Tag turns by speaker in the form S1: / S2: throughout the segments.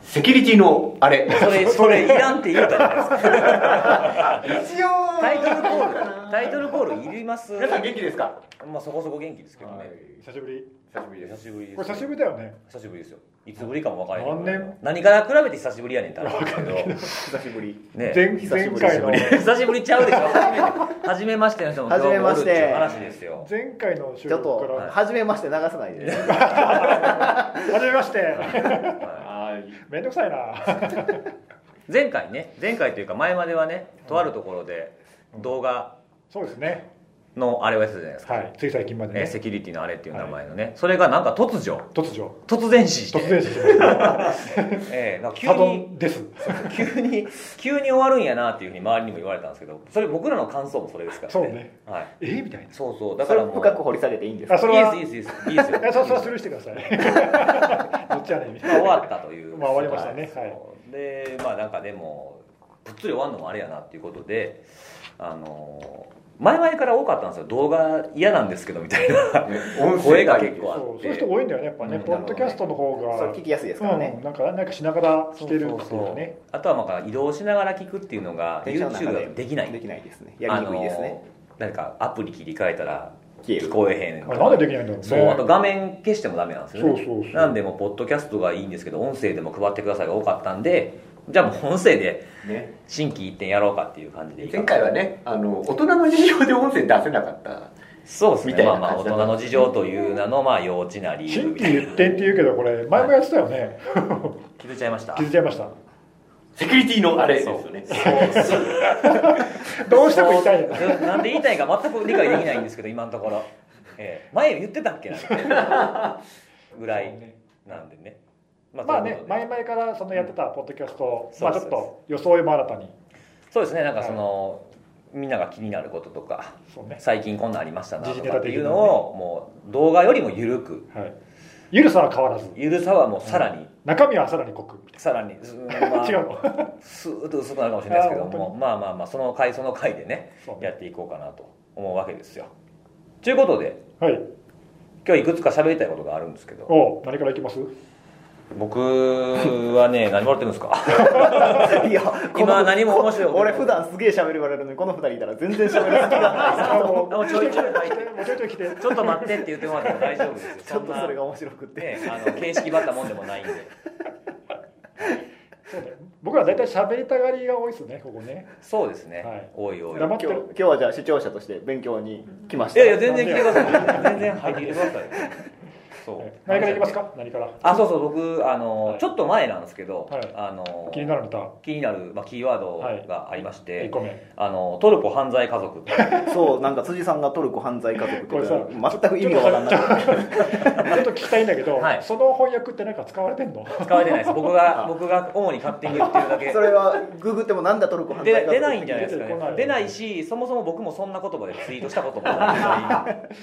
S1: セキュリティのあれ
S2: それそれいらんって言うたじゃないですか
S1: 一応
S2: タイトルコールタイトルコールいります
S1: 皆さん元気ですか
S2: まあそこそこ元気ですけどね、
S3: 久しぶり
S1: 久しぶりで
S2: 久
S1: す
S2: しぶりです
S3: これ久しぶりだよね
S2: 久しぶりですよいつぶりかも分からへん
S3: 何年
S2: 何から比べて久しぶりやねんって話ですけど
S1: 久しぶり
S2: ね
S3: 前
S1: 久し
S3: 前
S1: ぶり
S3: 回の
S2: 久しぶりちゃうでしょ初めて初めましての人も今日もおるっていう話ですよ
S3: 前回の収
S4: ちょっ
S3: 録か
S4: と
S3: ら
S4: 初めまして流さないで
S3: 初めまして
S1: あー
S3: めんどくさいな
S2: 前回ね前回というか前まではねとあるところで動画
S3: そうですね
S2: のあれをやってたじゃないですか、
S3: はいつい最近まで
S2: えー
S3: ね
S2: セキュリティのあれっていう名前のね、それがなんか突如
S3: 突如
S2: 突然死して
S3: 突然死しました
S2: えーなんか急
S3: サド
S2: に
S3: ンです
S2: 急に急に終わるんやなっていうふうに周りにも言われたんですけどそれ僕らの感想もそれですから
S3: そうね
S2: はい、
S3: えみたいな
S2: そうそうだ
S4: そ
S2: か
S4: れ
S2: らもう
S4: 深く掘り下げていいんです
S3: あ
S4: か
S3: それは
S2: い
S3: い
S2: ですいいですいいですいい
S3: いや
S2: です
S3: そ
S2: よ
S3: それはスルーしてくださいどっちやねんみ
S2: まあ
S3: たい
S2: 終
S3: な
S2: わったという
S3: まあ終わりましたねはい
S2: そうでまあなんかでもぷっつり終わるのもあれやなっていうことであの前々から多かったんですよ動画嫌なんですけどみたい な
S1: 音
S2: 声
S1: 声
S2: が
S1: が
S2: 結
S1: 結
S2: 構
S1: 構
S2: あ
S3: そう
S2: っ
S3: そういう
S2: て
S3: 人多いんだよねやっぱね
S2: うん
S3: ポッドキャストの方
S4: それ
S3: が
S4: 聞きやすいですから
S3: う
S4: ね
S3: ん、なんかなんかしながらしてるっていうね
S2: あとはまあ移動しながら聞くっていうのが
S4: 電車の中
S2: YouTube だとできない
S4: できないですねやりにくいですね
S2: あの何かアプリ切り替えたら
S4: 消え
S2: 聞
S4: る
S2: こえへんと
S3: あ
S2: か
S3: れなんでできないんだろうね
S2: そうあと画面消してもダメなんですよね
S3: そうそうそう
S2: なんでもうポッドキャストがいいんですけど音声でも配ってくださいが多かったんでじゃあもう音声で
S1: ね
S2: 新規一点やろうかっていう感じでいいか
S1: 前
S2: な
S1: 回はねあの大人の事情で音声出せなかった
S2: そうですね
S1: みたい
S2: まあ
S1: な
S2: まあ大
S1: 感じだ
S2: 人
S1: った
S2: の事情という名のまあ幼稚な理由
S3: 新
S2: みたい
S3: 規
S2: な
S3: 言ってんって言うけどこれ前もやってたよね
S2: 気づいちゃいました
S3: 気づいちゃいました
S1: セキュリティのあれですよね
S3: どうしても言いたいんだ
S2: そうなんで言いたいか全く理解できないんですけど今のところ、ええ前言ってたっけなみたい なぐらいなんでねま
S3: まあね
S2: ということで
S3: 前々からそのやってたポッドキャスト、
S2: うん
S3: まあ
S2: そうそう
S3: ちょ
S2: そ
S3: っ
S2: う
S3: と装いも新たに
S2: そうですねなんかその、みんなが気になることとか
S3: そうね
S2: 最近こんなんありましたなと
S3: 時事ネ
S2: か
S3: タ
S2: って
S3: 的
S2: い
S3: なね
S2: うのをもう動画よりも緩く
S3: はいゆるさは変わらず
S2: ゆるさはもうさらに、
S3: 中身はさらに濃く
S2: さらに、うんまあ
S3: 違うの
S2: スーッと薄くなるかもしれないですけど
S3: あー本当
S2: もまあまあまあその回その回でね
S3: そう
S2: やっていこうかなと思うわけですよということで
S3: はい
S2: 今日いくつか喋りたいことがあるんですけど
S3: おう何からいきます
S2: 僕はね何もらってるんですか
S4: いやこの
S2: 何も面白いこと
S4: 俺普段すげえ喋り言われるのにこの二人いたら全然喋る隙がない
S3: あもう
S2: あもうちょいちょい
S3: 来てもうちょいちょい来て
S2: ちょっと待ってって言ってもらっても大丈夫ですよ
S4: ちょっと
S2: んな
S4: それが面白くって
S2: ねあの形式ばったもんでもないんで
S3: そうね僕ら大体喋りたがりが多いですねここね
S2: そうですね、
S3: はい
S2: おいおい
S3: 黙っ
S4: 今
S3: て
S4: 日今
S3: る
S4: 日はじゃあ視聴者として勉強に来まし
S2: い
S4: た
S2: やいや全然聞いてください全然入ってきてくださいそう
S3: はい何からいきますか何から
S2: あそうそう僕あの、
S3: はい
S2: ちょっと前なんですけど、
S3: はい
S2: あの
S3: 気になるネタ
S2: 気になる、まあ、キーワードがありまして、
S3: 1個目
S2: あのトルコ犯罪家族っていう
S4: そうなんか辻さんがトルコ犯罪家族って言ってた
S3: こ
S4: ら全く意味がわかんない
S3: ちょっと聞きたいんだけど、
S2: はい
S3: その翻訳って何か使われてんの
S2: 使われてないです僕が
S4: あ
S2: 僕が主に勝手に言ってるだけ
S4: それはググってもなんだトルコ犯罪家
S2: で
S4: 族
S2: 出ないんじゃないですか
S3: 出てこな
S2: ね
S3: い
S2: 出ないしそもそも僕もそんな言葉でツイートしたこともない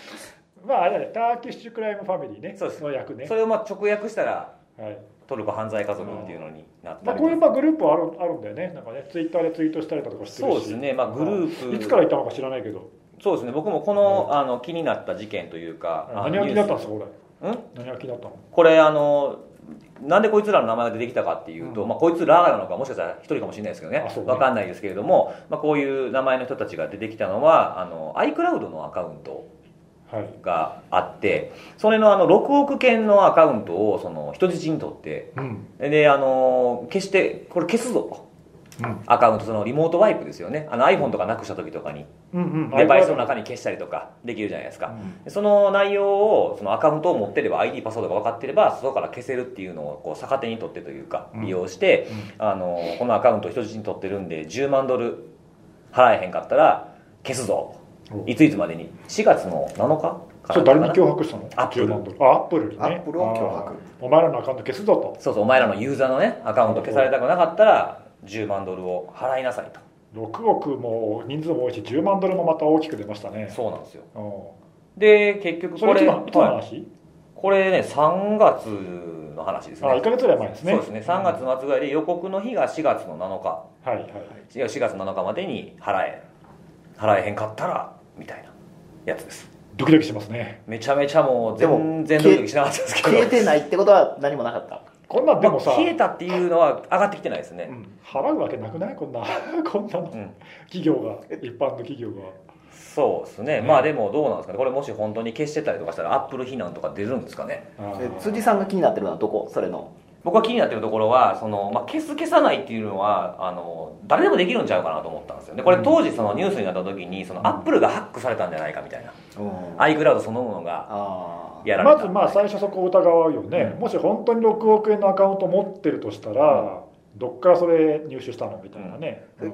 S3: まああれだねターキッシュクライムファミリーね
S2: そうです
S3: の役ね
S2: それをまあ直訳したら
S3: はい
S2: トルコ犯罪家族っていうのになった
S3: まあ、
S2: り
S3: こういう
S2: と
S3: ま
S2: か
S3: あグループはあるあるんだよね、なんかね、ツイッターでツイートしたりだとかしてるし、
S2: そうですねまあグループ
S3: いつからいたのか知らないけど、
S2: そうですね僕もこの,、あの気になった事件というかあの
S3: 何が気になったん
S2: ニ
S3: ですか、これ、
S2: ュースん
S3: 何が気になったの、
S2: これあのなんでこいつらの名前が出てきたかっていうと、
S3: うん
S2: まあ、こいつらなのかもしかしたら一人かもしれないですけどね
S3: あそうね
S2: わかんないですけれども、まあ、こういう名前の人たちが出てきたのはあの iCloud のアカウント
S3: はい、
S2: があってそれのあの6億件のアカウントをその人質にとって
S3: うん、
S2: であの消してこれ消すぞ
S3: うん、
S2: アカウントそのリモートワイプですよねあの iPhone とかなくした時とかに
S3: うん、うん、
S2: デバイスの
S3: 中
S2: 中に消したりとかできるじゃないですか、
S3: うん
S2: でその内容をそのアカウントを持ってれば ID パスワードが分かってれば外から消せるっていうのをこう逆手に取ってというか
S3: うん
S2: 利用して、あのこのアカウント人質に取ってるんで10万ドル払えへんかったら消すぞ
S3: お
S2: いついつまでに4月の7日か
S3: そ
S2: ら
S3: れ、誰に脅迫したの、
S2: アップル
S3: 10万ドル、あアップルにね、
S4: アップルを脅迫
S3: あー、お前らのアカウント消すぞと、
S2: そうそうお前らのユーザーのねアカウント消されたくなかったら10万ドルを払いなさいと
S3: 6億も人数も多いし、10万ドルもまた大きく出ましたね、
S2: そうなんですよ
S3: う
S2: で結局
S3: ん、
S2: こ
S3: それ
S2: れ
S3: いつのいつの
S2: はい
S3: 話、
S2: これね3月の話ですね
S3: あ1か月ぐらい前ですね、
S2: そうですね3月末ぐらいで予告の日が4月の7日
S3: はいはい、
S2: いや4月7日までに払え払えへんかったらみたいなやつです
S3: ドキドキしますね、
S2: めちゃめちゃもう
S4: でも
S2: 全然ドキドキしなかったですけど
S4: 消えてないってことは何もなかった
S3: こんなんでもさ、
S2: まあ冷えたっていうのは上がってきてないですね、
S4: うん
S3: 払うわけなくないこんな こんなの
S2: うん
S3: 企業が一般の企業が
S2: そうですね、
S3: ね
S2: まあでもどうなんですかねこれもし本当に消してたりとかしたらアップル非難とか出るんですかね
S3: あ
S4: え
S3: ー
S4: 辻さんが気になってるのはどこそれの
S2: 僕が気になってるところはその、まあ、消す消さないっていうのはあの誰でもできるんちゃうかなと思ったんですよねこれ当時そのニュースになった時にそのアップルがハックされたんじゃないかみたいな iCloud そのものが
S4: あー
S2: やられ
S3: ま
S2: た
S3: ずまあ最初そこを疑うよね、
S2: うん
S3: もし本当に6億円のアカウント持ってるとしたら、どっからそれ入手したのみたいなね、
S4: うん
S3: うん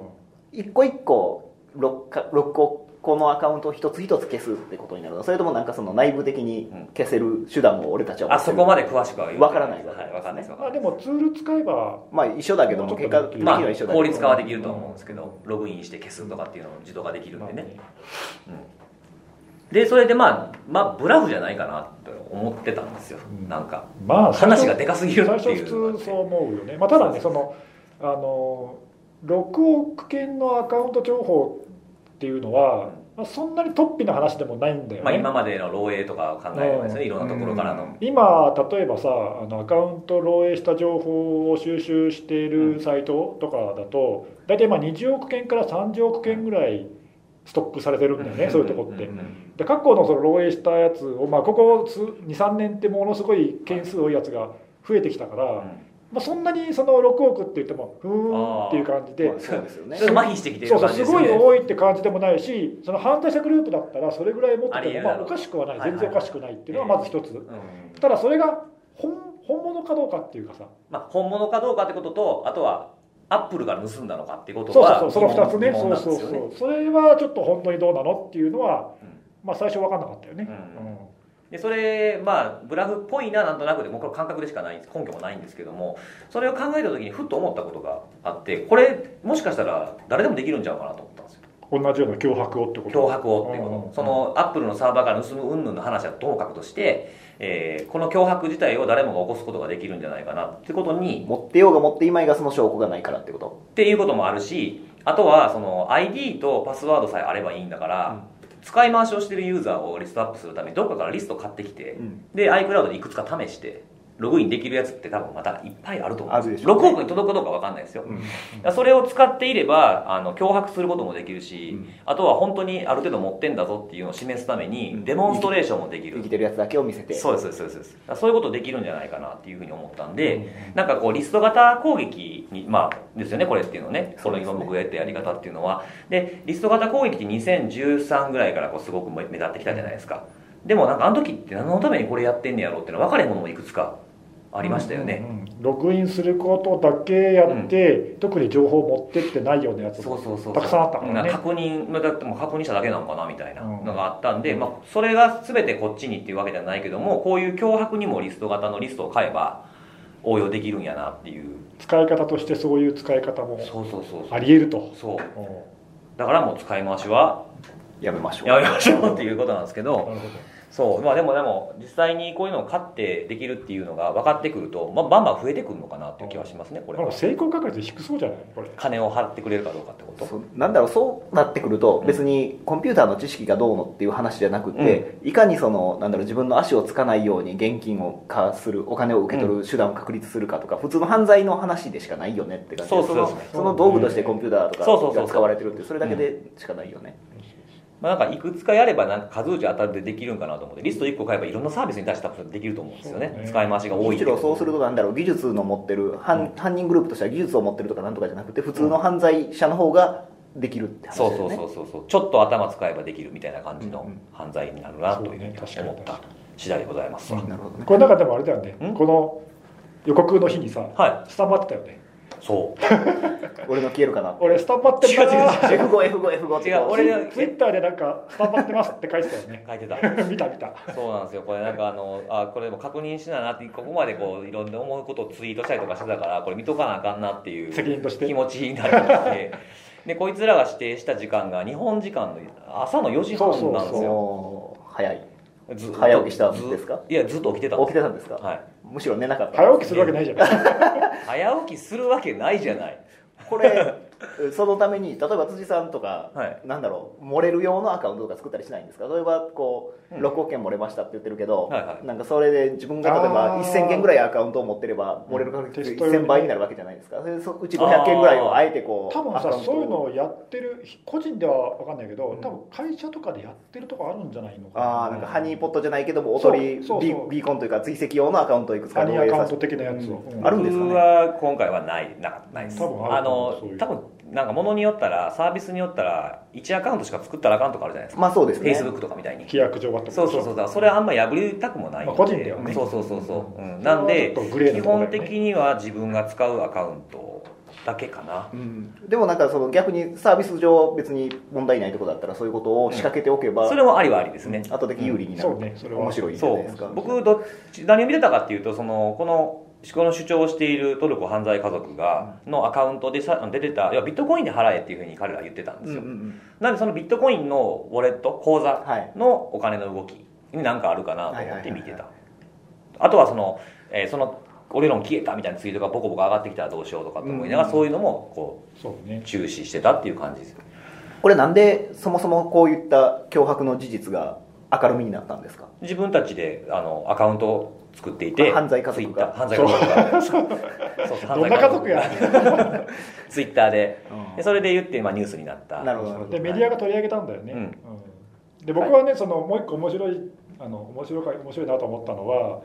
S4: 一個一個6か6個このアカウントを一つ一つ消すってことになるのそれともなんかその内部的に消せる手段を俺たちは持
S2: あ
S4: ってる
S2: そこまで詳しくは言う
S4: わからない
S2: はいわかんないですわか
S3: ま
S2: ん
S3: あ、
S2: ない
S3: でもツール使えば
S4: まあ一緒だけども結果的に
S3: ま
S2: ま
S4: は
S2: あ
S4: 一緒だけど、
S2: 効率化はできるとは思うんですけどログインして消すとかっていうのを自動化できるんでね、でそれでまあまあブラフじゃないかなと思ってたんですよ、
S3: うん
S2: なんか
S3: まあ最
S2: 話
S3: 初
S2: がでかすぎる
S3: 最
S2: って
S3: 初
S2: い
S3: 普
S2: うのがあっ
S3: 通
S2: て
S3: そう思うよね、まあ、ただね
S2: そ
S3: そうのあの6億件のアカウント情報っていうのは、まあ、そんなに突飛な話でもないんだよね、
S2: まあ、今までの漏洩とかを考えればですね、
S3: うん
S2: いろんなところからの、
S4: うん
S3: 今例えばさあのアカウント漏洩した情報を収集しているサイトとかだと大体まあ20億件から30億件ぐらいストックされてるんだよね、そういうとこって。
S2: うん
S3: で過去のその漏洩したやつを、まあ、ここ23年ってものすごい件数多いやつが増えてきたから、まあ、そんなにその6億って言ってもふーんっていう感じで
S4: まあそうですよね
S2: それが麻痺してきて
S3: そ
S2: る
S3: うそう
S2: 感じ
S3: す
S2: です
S3: ご
S2: よ
S3: い
S2: ね
S3: 多いって感じでもないしその犯罪者グループだったらそれぐらい持っ
S2: あ
S3: て
S2: り
S3: て
S2: える
S3: もま
S2: だ
S3: あ
S2: ろう
S3: おかしくは
S2: は
S3: ない
S2: はい
S3: い全然おかしくないっていうのはまず一つ
S2: うん
S3: ただそれが本本物かどうかっていうかさ
S2: まあ、本物かどうかってこととあとはアップルが盗んだのかっていうこ
S3: そ
S2: と
S3: う
S2: は
S3: そうそうその2つね
S2: 疑問
S3: そう
S2: なんです
S3: そ
S2: よ
S3: うそうそれはちょっと本当にどうなのっていうのは
S2: うん
S3: まあ最初分かんなかったよね
S2: うん
S3: うん
S2: でそれまあブラフっぽいななんとなくでもうこれ感覚でしかない根拠もないんですけどもそれを考えた時にふっと思ったことがあってこれもしかしたら誰でもできるんちゃうかなと思ったんですよ
S3: 同じような脅迫をってこと
S2: 脅迫をっていうこ
S3: うんうんう
S2: と
S3: ん
S2: そのアップルのサーバーから盗む云々の話はともかくとして、えーこの脅迫自体を誰もが起こすことができるんじゃないかなってことに
S4: 持ってようが持っていまいがその証拠がないからってこと
S2: っていうこともあるしあとはその ID とパスワードさえあればいいんだから、使い回しをしてるユーザーをリストアップするためにどっかからリスト買ってきて、
S4: うん
S2: で iCloud でいくつか試してログインできるやつって多分またいっぱいあると思うん
S4: ある
S2: で
S4: ですしょ
S2: 6
S4: うね
S2: 億に届くかどうか分かんないですよ、
S4: うん
S2: だからそれを使っていればあの脅迫することもできるし、
S4: うん
S2: あとは本当にある程度持ってんだぞっていうのを示すために、
S4: うん
S2: デモンストレーションもでき
S4: 生
S2: る
S4: きてるやつだけを見せて
S2: そうですそうですそうですだからそういうことできるんじゃないかなっていうふうに思ったんで、なんかこうリスト型攻撃にまあですよねこれっていうのねこ
S4: そう
S2: の
S4: ですね
S2: 今僕がやったやり方っていうのはでリスト型攻撃って2013ぐらいからこうすごく目目立ってきたじゃないですかでもなんかあの時って何のためにこれやってんねやろうっていうのは分かれへんものもいくつかありましたよね、
S3: うんうんログインすることだけやって、特に情報持ってってないようなやつ
S2: そうそうそう
S3: たくさんあったからね
S2: うん確認まあだってもう確認しただけなのかなみたいな
S3: うん
S2: のがあったんで、まあ、それが全てこっちにっていうわけじゃないけどもこういう脅迫にもリスト型のリストを買えば応用できるんやなっていう
S3: 使い方としてそういう使い方も
S2: そうそうそうそ
S3: あ
S2: う
S3: り得ると、
S2: そう
S3: うんなる
S2: だからもう使い回しは
S4: やめましょう
S2: やめましょうっていうことなんですけ
S3: ほ
S2: ど
S3: ど
S2: そうまあでもでも実際にこういうのを買ってできるっていうのが分かってくると、まあ、バンバン増えてくるのかなっていう気はしますねこれ
S3: なん
S2: は
S3: か成功確率低そうじゃないこれ
S2: 金を払ってくれるかどうかってこと
S4: そうなんだろうそうなってくると別にコンピューターの知識がどうのっていう話じゃなくて、いかにそのなんだろう自分の足をつかないように現金を化するお金を受け取る手段を確立するかとか、普通の犯罪の話でしかないよねって感じ
S2: そうそうそう
S4: のその道具としてコンピューターと
S2: そうそう
S4: か
S2: そう
S4: が使われてるってそれだけでしかないよね、
S2: まあ、なんかいくつかやればなんか数打ち当たってできるんかなと思ってリスト1個買えばいろんなサービスに出したことできると思うんですよね
S3: そうね
S2: 使い回しが多い
S4: むしろそうするとなんだろう技術の持ってる犯,、犯人グループとしては技術を持ってるとかなんとかじゃなくて普通の犯罪者の方ができるって話だ
S2: そ
S4: よ
S2: う
S4: ね
S2: そうそうそうそうちょっと頭使えばできるみたいな感じ
S4: う
S2: の
S4: んうん
S2: 犯罪になるなというふうに
S3: そうね
S2: 思っ
S3: 確か
S2: た
S3: に
S2: 次第でございますわ、
S3: うん
S4: なるほどね
S3: これなんかでもあれだよね
S2: ん
S3: この予告の日にさ
S2: は
S3: スタンバってたよね
S2: いそう
S4: 俺の消えるか な
S3: 俺スタンバってます
S2: 違う違う
S4: F5F5F5
S2: 違う俺違う
S3: ツイッターでなんかスタンバってますって書いてたよね
S2: 書いてた
S3: 見た見た
S2: そうなんですよこれなんかあのあこれでも確認しななってここまでこういろんな思うことをツイートしたりとかしてたからこれ見とかなあかんなっていう
S3: 責任として
S2: 気持ちになってきてでこいつらが指定した時間が日本時間の朝の4時半なんですよ
S4: おー早い
S2: ずっと
S4: 早起きしたんですか
S2: ずいやずっと起きてたん
S4: 起
S2: で
S4: きて
S2: す
S4: たんですか
S2: はい
S4: むしろ寝なかった
S3: 早起きするわけないじゃない
S2: 早起きするわけないじゃない
S4: これ そのために例えば辻さんとか、
S2: はい
S4: なんだろう漏れる用のアカウントとか作ったりしないんですか例えばこう、
S2: うん
S4: 6億円漏れましたって言ってるけど、
S2: はいはい
S4: なんかそれで自分が例えば
S3: あー
S4: 1000件ぐらいアカウントを持ってれば漏れる確率
S3: テスト用
S4: 1000
S3: に
S4: 倍になるわけじゃないですかそれでそうち500件ぐらいをあえてこう
S3: 多分
S4: アカウント
S3: さ
S4: を
S3: そういうのをやってる個人では分かんないけど、
S4: うん
S3: 多分会社とかでやってるとこあるんじゃないのか
S4: あーなんかハニーポットじゃないけどもおとりビ
S3: そうそうそう
S4: ビーコンというか追跡用のアカウントをいくつか
S3: ハニーアカウン
S4: さ
S3: ト
S4: せて
S3: 的なやつを、
S4: んあるんですかね
S2: 僕は今回はないなないです
S3: 多分ある
S2: あ
S3: そうい
S2: の
S3: う
S2: 多分なんかものによったらサービスによったら1アカウントしか作ったらアカウントがあるじゃないですか、
S4: まあそうですね
S2: Facebook とかみたいに
S3: 規約上はってこと
S2: そうそうそうだからそれはあんま破りたくもないん
S3: まあ個人ではね
S2: そうそうそうそう、うんなんで
S3: ちょっとグレー
S2: 基
S3: なとこ
S2: 本
S3: ろだよね
S2: 的には自分が使うアカウントだけかな
S4: うんでもなんかその逆にサービス上別に問題ないとこだったらそういうことを仕掛けておけば、
S2: それもありはありですね、
S4: 後で有利にな
S3: そ
S4: る、
S3: うねそれは
S4: 面白いじゃ
S2: そ
S4: ないですか
S2: う僕どっち何を見てたかっていうとそのこのこの主張をしているトルコ犯罪家族がのアカウントでさ出てたいやビットコインで払えっていうふうに彼らは言ってたんです
S4: うん
S2: よ、
S4: うんうん
S2: なんでそのビットコインのウォレット口座
S4: はい
S2: のお金の動きに何かあるかな
S4: は
S2: と思っ
S4: い
S2: て
S4: はいはいはい
S2: 見てたあとはその,、えーその俺らも消えたみたいなツイートがボコボコ上がってきたらどうしようとかと思いながら、
S4: うん
S2: そういうのもこ
S3: そう
S2: う
S3: ね
S2: 注視してたっていう感じです
S4: これなんでそもそもこういった脅迫の事実が明るみになったんですか
S2: 自分たちであのアカウントを作っていて
S4: あ犯罪家族が
S2: ツイッター犯罪家族がそうそう
S3: どんな家族や
S2: ツイッターででそ
S4: れ
S2: れで言って、まあ、ニュースになった
S4: なるほどなるほ
S3: で
S4: ど
S3: メディアが取り上げたんだよね、
S2: うん
S3: うんで僕はねそのもう一個面白いあの面白いか面白いなと思ったのは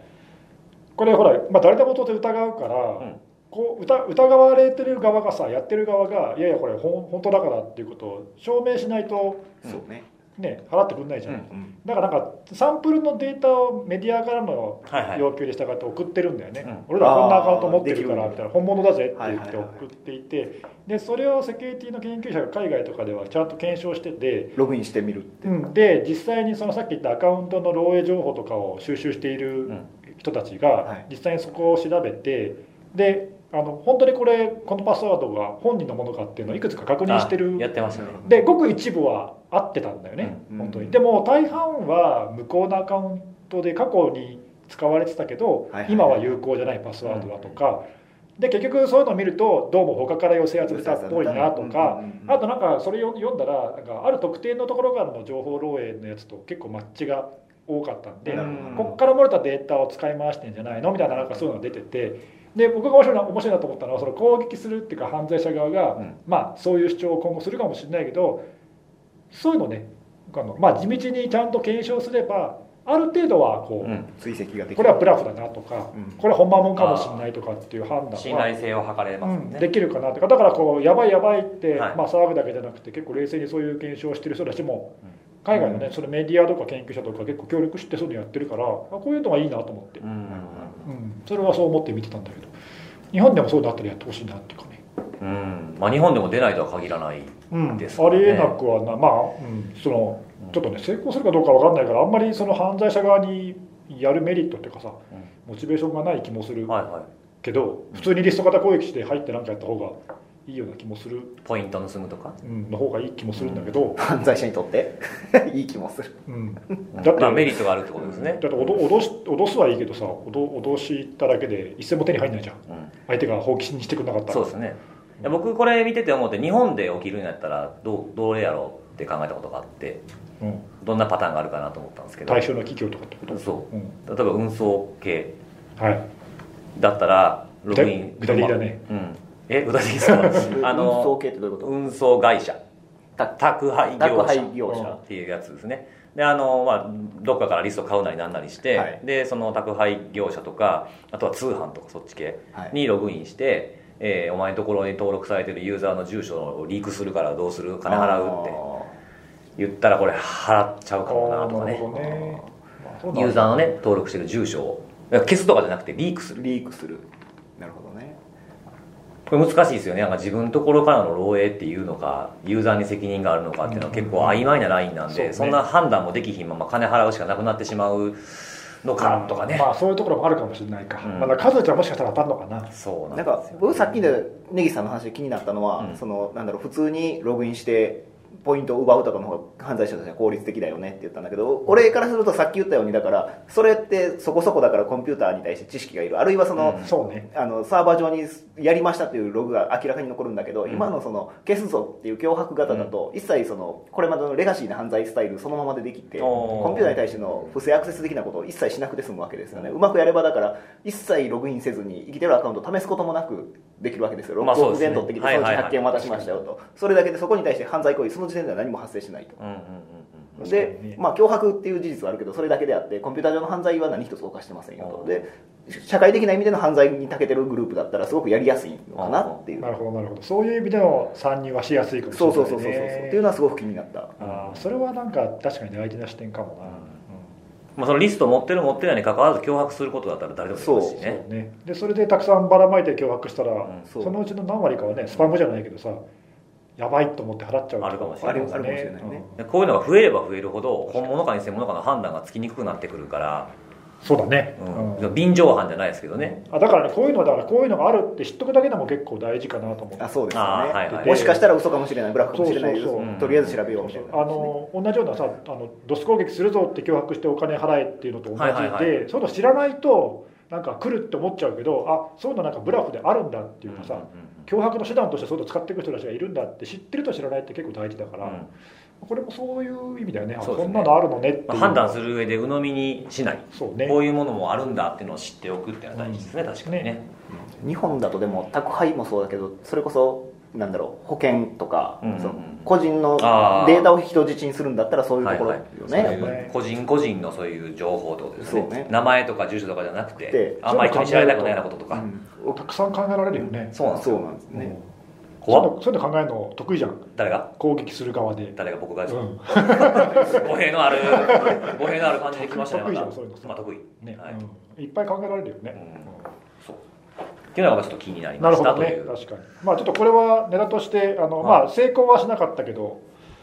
S3: これほら、まあ、誰でも当然疑うから、
S2: ん
S3: こう疑疑われてる側がさやってる側がいやいやこれほん本当だからっていうことを証明しないと、
S4: そうね、
S3: ね、払ってくんないじゃん、
S2: うん
S4: うん
S3: だからなんかサンプルのデータをメディアからの
S2: はいはい
S3: 要求で従って送ってるんだよね、
S2: うん
S3: 俺らはこんなアカウント持ってるか
S4: あ
S3: ら
S4: ー
S3: みたいな本物だぜって言
S4: は
S3: っ
S4: い
S3: て
S4: はいはい
S3: 送っていて、でそれをセキュリティの研究者が海外とかではちゃんと検証してて、
S4: ログインしてみるって、
S3: うん、で実際にそのさっき言ったアカウントの漏洩情報とかを収集している
S2: うん
S3: 人たち
S4: は
S3: が
S4: い
S3: 実際にそこを調べてであの本当にこれこのパスワードが本人のものかっていうのをいくつか確認して
S2: あやっ
S3: る
S2: てましたね
S3: でごく一部は合ってたんだよね、
S4: うん
S3: 本当
S4: う
S3: に
S4: ん
S3: でも大半は無効なアカウントで過去に使われてたけど、
S4: はいはい
S3: 今は有効じゃないパスワードだとか、で結局そういうのを見るとどうも他から寄せ集めたっぽいなとか、
S4: うんうんうん
S3: あとなんかそれ読んだらなんかある特定のところからの情報漏洩のやつと結構マッチが多かったんで
S4: なる
S2: ほど
S3: こっから漏れたデータを使い回してんじゃないのみたいななんかそういうのが出ててで僕が面白いな面白いなと思ったのはその攻撃するっていうか犯罪者側が、
S2: うん
S3: まあ、そういう主張を今後するかもしれないけどそういうのねあの、まあ、地道にちゃんと検証すればある程度はこう、
S2: うん
S4: 追跡ができる
S3: これはブラフだなとか、
S4: うん
S3: これは本間もんかもしれないとかっていう判断は
S2: 信頼性を図れますよ
S3: うん
S2: ね、
S3: できるかなとかだからこうやばいやばいって、
S2: はい
S3: まあ、騒ぐだけじゃなくて結構冷静にそういう検証をしてる人たちも
S2: うん
S3: 海外のね、そのメディアとか研究者とか結構協力してそういうのやってるからあこういうのがいいなと思って、
S2: う
S3: うん
S2: ん
S3: それはそう思って見てたんだけど日本でもそうだったらやってほしいなっていうかね、
S2: うんまあ、日本でも出ないとは限らない
S3: うん
S2: ですか
S3: あ
S2: ね
S3: りえなくはなまあ、うん、そのちょっとね成功するかどうかわかんないからあんまりその犯罪者側にやるメリットっていうかさモチベーションがない気もする
S2: はいはい
S3: けど普通にリスト型攻撃して入ってなんかやった方がいいような気もする
S2: ポイント盗むとか、
S3: うんの方がいい気もするんだけど、
S4: 犯罪者にとって いい気もする
S3: うんだって、
S2: まあ、メリットがあるってことですね、
S3: だって脅脅し脅すはいいけどさ脅脅しただけで一銭も手に入んないじゃん
S2: うん
S3: 相手が放棄にしてくれなかったら
S2: そうですねいや僕これ見てて思って日本で起きるんやったらどうどれやろうって考えたことがあって
S3: うん、
S2: どんなパターンがあるかなと思ったんですけど
S3: 対象の企業とかってこと、
S2: そ
S3: うん、
S2: う例えば運送系
S3: はい
S2: だったらロ
S3: 具
S2: グ
S3: 体
S2: イン
S3: 具体的だね
S2: うんえ具体的です かあ
S4: 運送
S2: の
S4: 系ってどういうこと
S2: 運送会社た宅配業
S4: 宅
S2: 者
S4: 配業者
S2: っていうやつですねであの、まあ、どっかからリスト買うなりなんなりして、
S4: はい
S2: でその宅配業者とかあとは通販とかそっち系
S4: はい
S2: にログインして、えーお前のところに登録されてるユーザーの住所をリークするからどうする金払うって言ったらこれ払っちゃうかもなとか
S3: なる
S2: ね
S3: ほどねまあそうなんだ
S2: ユーザーのね登録してる住所をだから消すとかじゃなくてリークす
S4: あー
S2: る
S4: リークするなるほどね
S2: これ難しいですよねなんか自分のところからの漏洩っていうのかユーザーに責任があるのかっていうのは結構曖昧なラインなんで、
S3: そうね
S2: そんな判断もできひんまま金払うしかなくなってしまうのかとかね、
S3: まあそういうところもあるかもしれないか、
S2: うん
S3: まだ数値はもしかしたら当たるのかな
S2: そうなん
S4: なん
S2: で
S4: か
S2: すよ
S4: 僕さっきの根岸さんの話で気になったのは、
S2: うん
S4: そのなんだろう普通にログインしてポイントを奪うとかの方が犯罪者としては効率的だよねって言ったんだけど俺からするとさっき言ったようにだからそれってそこそこだからコンピューターに対して知識がいるあるいはその、
S2: うん
S3: そうね
S4: あのサーバー上にやりましたというログが明らかに残るんだけど、
S2: ん
S4: 今のその消すぞっていう脅迫型だと、一切そのこれまでのレガシーな犯罪スタイルそのままでできて
S2: おー
S4: コンピューターに対しての不正アクセス的なことを一切しなくて済むわけですよね、うまくやればだから一切ログインせずに生きてるアカウントを試すこともなくできるわけですよロ
S2: まあ
S4: ック
S2: そう
S4: オフ
S2: です
S4: 全
S2: ね
S4: 取ってきて
S2: はい
S4: そ
S2: は
S4: の
S2: いうは
S4: ち発
S2: い
S4: 見を渡しましたよとそれだけでそこに対して犯罪行為その時点では何も発生しないと
S2: うんうんうんうん
S3: 確かにね
S4: で、まあ、脅迫っていう事実はあるけどそれだけであってコンピューター上の犯罪は何一つ犯してませんよ
S2: う
S4: と
S2: ん
S4: で社会的な意味での犯罪に長けてるグループだったらすごくやりやすいのかなっていう
S3: なるほどなるほどそういう意味での参入はしやすいかもしれ
S4: そう
S3: ない、
S4: そ
S3: ね、
S4: うそうそうそうっていうのはすごく気になった
S3: あーそれはなんか確かに大事な視点かもな、
S2: うんまあ、そのリスト持ってる持ってないに関わらず脅迫することだったら誰でもできますしね
S3: そうね、でそれでたくさんばらまいて脅迫したら、
S2: うん
S4: そう
S3: そのうちの何割かはねスパムじゃないけどさやばいと思って払っちゃうと
S2: あるかもしれない
S3: あます
S4: あるかもしれないね
S2: でこういうのが増えれば増えるほど本物か偽物かの判断がつきにくくなってくるから、
S3: うんそうだね、
S2: うん
S3: うん
S2: 便乗犯じゃないですけどね、
S3: あだからねこういうのだからこういうのがあるって知っとくだけでも結構大事かなと思って
S4: あそうですよ
S2: あー
S4: ね、
S2: はいはい
S4: もしかしたら嘘かもしれないブラックかもしれない
S3: そうそうそう
S4: とりあえず調べようみたいな
S3: あの同じようなさあのドス攻撃するぞって脅迫してお金払えっていうのと同じで、
S2: はいはいはい
S3: そういうの知らないとなんか来るって思っちゃうけどあそういうのなんかブラフであるんだっていうかさ、
S2: うんうん
S3: 脅迫の手段としてそういうの使っていく人たちがいるんだって知ってると知らないって結構大事だから、
S2: うん
S3: これもそういう意味だよねあ
S2: そ
S3: そ
S2: うん
S3: なのあるのねっていう、
S2: まあ、判断する上で鵜呑みにしない、
S3: そうね
S2: こういうものもあるんだっていうのを知っておくっていうのは大事ですね、
S3: うん
S2: 確かにね
S3: ね
S4: 日本だとでも宅配もそうだけどそれこそなんだろう保険とか、
S2: うんうんうん
S4: その個人の
S2: あー
S4: データを人質にするんだったらそういうところよね、
S2: はいはい
S3: ね
S2: そういう個人個人のそういう情報ってことですね
S4: そうね
S2: 名前とか住所とかじゃなくて
S4: で
S2: あんまり人に知られたくないようなことと
S4: う
S2: か、
S4: ん
S3: たくさん考えられるよね、
S2: そうなんです
S4: そ
S2: よ
S4: うなんです
S3: う
S4: ね、
S3: ん
S2: 怖っ
S3: そういうのそういうの考えるの得意じゃん
S2: 誰が
S3: 攻撃する側で、
S2: 誰が僕が、
S3: うん
S2: 語弊 のある語弊のある感じで来ましたね
S3: 得意じゃん
S2: また
S3: そういうの
S2: まあ得意
S3: ね
S2: はい
S3: うんいっぱい考えられるよね、
S2: うん
S3: うん
S2: そうっていうのがちょっと気になりま
S3: なる
S2: し
S3: ほ
S2: た
S3: ど
S2: とい
S3: ね
S2: う、
S3: 確かに、まあ、ちょっとこれは狙いとして、あの
S2: はい
S3: まあ、成功はしなかったけど、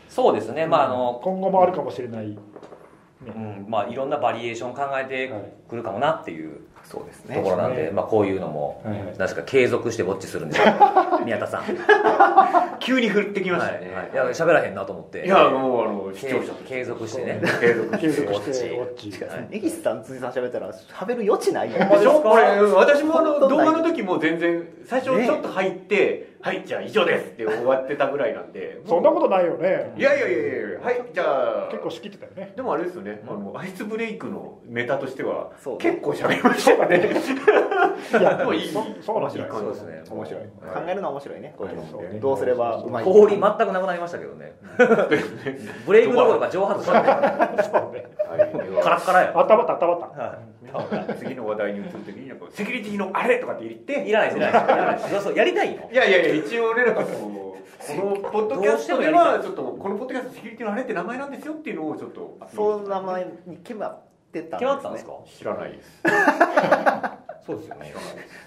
S2: そうですねまああの、
S3: 今後もあるかもしれない、
S2: うんまあ、いろんなバリエーション考えてくるかもなっていう
S4: そうです
S2: とこ
S4: ね
S2: ろなんで、
S3: ね
S2: まあ、こういうのも、
S3: はいはい
S2: なんですか継続してウォッチするんで すよ宮田さん
S1: 急に振ってきましたね、
S2: はい
S1: い
S2: いや喋らへんなと思って
S1: やもうあの視
S2: 継
S1: 聴者と
S2: 継続してね
S1: 継続
S3: 継続し
S2: ウ
S3: て、ウ
S2: ォ
S3: ォッチ、
S4: 違う
S2: はい
S4: 根岸さん辻さん喋ったら喋る余地ないよ
S1: でしょこれ私もあ
S4: 本
S1: の
S4: 当
S1: 動
S4: ない
S1: 画の時も全然最初ちょっと入って、はいじゃあ以上ですって終わってたぐらいなんで
S3: そんなことないよね、
S1: いやいやいやいやはいじゃあ
S3: 結構仕切ってたよね、
S1: でもあれですよね、あのアイスブレイクのネタとしては
S4: そう
S1: 結構喋りましたよね
S3: いや、
S1: でもいい
S3: そそうなん
S1: 面
S3: じ
S1: 白
S3: ゃ
S1: い
S3: ない
S1: 感じです
S2: そうですね
S4: 面白い
S1: は
S4: 考えるのは面白いねこういうの
S3: そうね
S4: どうすればうまい
S2: 氷全くなくなりましたけどねブレイクどころか蒸発したね
S3: そうね、
S1: はい、で
S2: カラ
S1: は
S2: ッカラや
S3: あたまた、あたまた、
S1: 次の話題に移るときになんかセキュリティのあれとかって言って
S2: いらないですいらないですいらないですそうそうやりたいの
S1: いやいやいや一応ねなんかこうこのポッドキャストではちょっとこのポッドキャストセキュリティのあれって名前なんですよっていうのをちょっと
S4: そう名前に決まってたんです、ね、
S2: 決まったんですか
S1: 知らないです
S2: そうですよね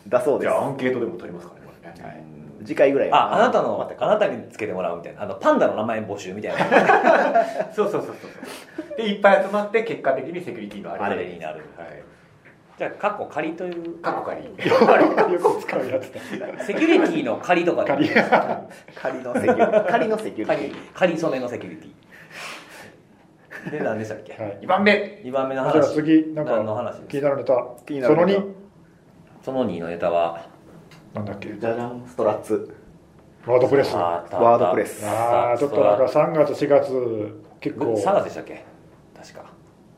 S4: だそうで
S1: じ
S4: す
S1: ゃあアンケートでも取りますからねこれね、
S4: 次回ぐらい
S2: ああなた
S4: ま
S2: の
S4: 考
S2: あなたにつけてもらうみたいなあのパンダの名前募集みたいな
S1: そうそうそうそうでいっぱい集まって結果的にセキュリティのあ
S2: あ
S1: れ
S2: れになる
S1: はい
S2: じゃあカッコ仮という
S1: 過去仮
S3: よく使うやつだ、
S2: セキュリティの仮とか
S3: 仮
S4: 仮のセキュリティ仮のセキュリ
S2: 仮
S4: テ
S2: 仮染めのセキュリティで何でしたっけ
S3: はい
S1: 2番目
S2: 2番目の話
S3: じゃあ次、なん
S2: 何の
S3: か
S2: 話
S3: 気
S2: です
S3: になるネタ、
S4: 気になるネタ
S3: その2、
S2: その2のネタは
S3: なんだっけ、
S4: ィじゃじゃんストラッツ
S3: ワードプレス、あ
S2: あー
S4: ワードプレス
S3: あー、ちょっとなんか3月、4月、結構、
S2: 3月でしたっけ確か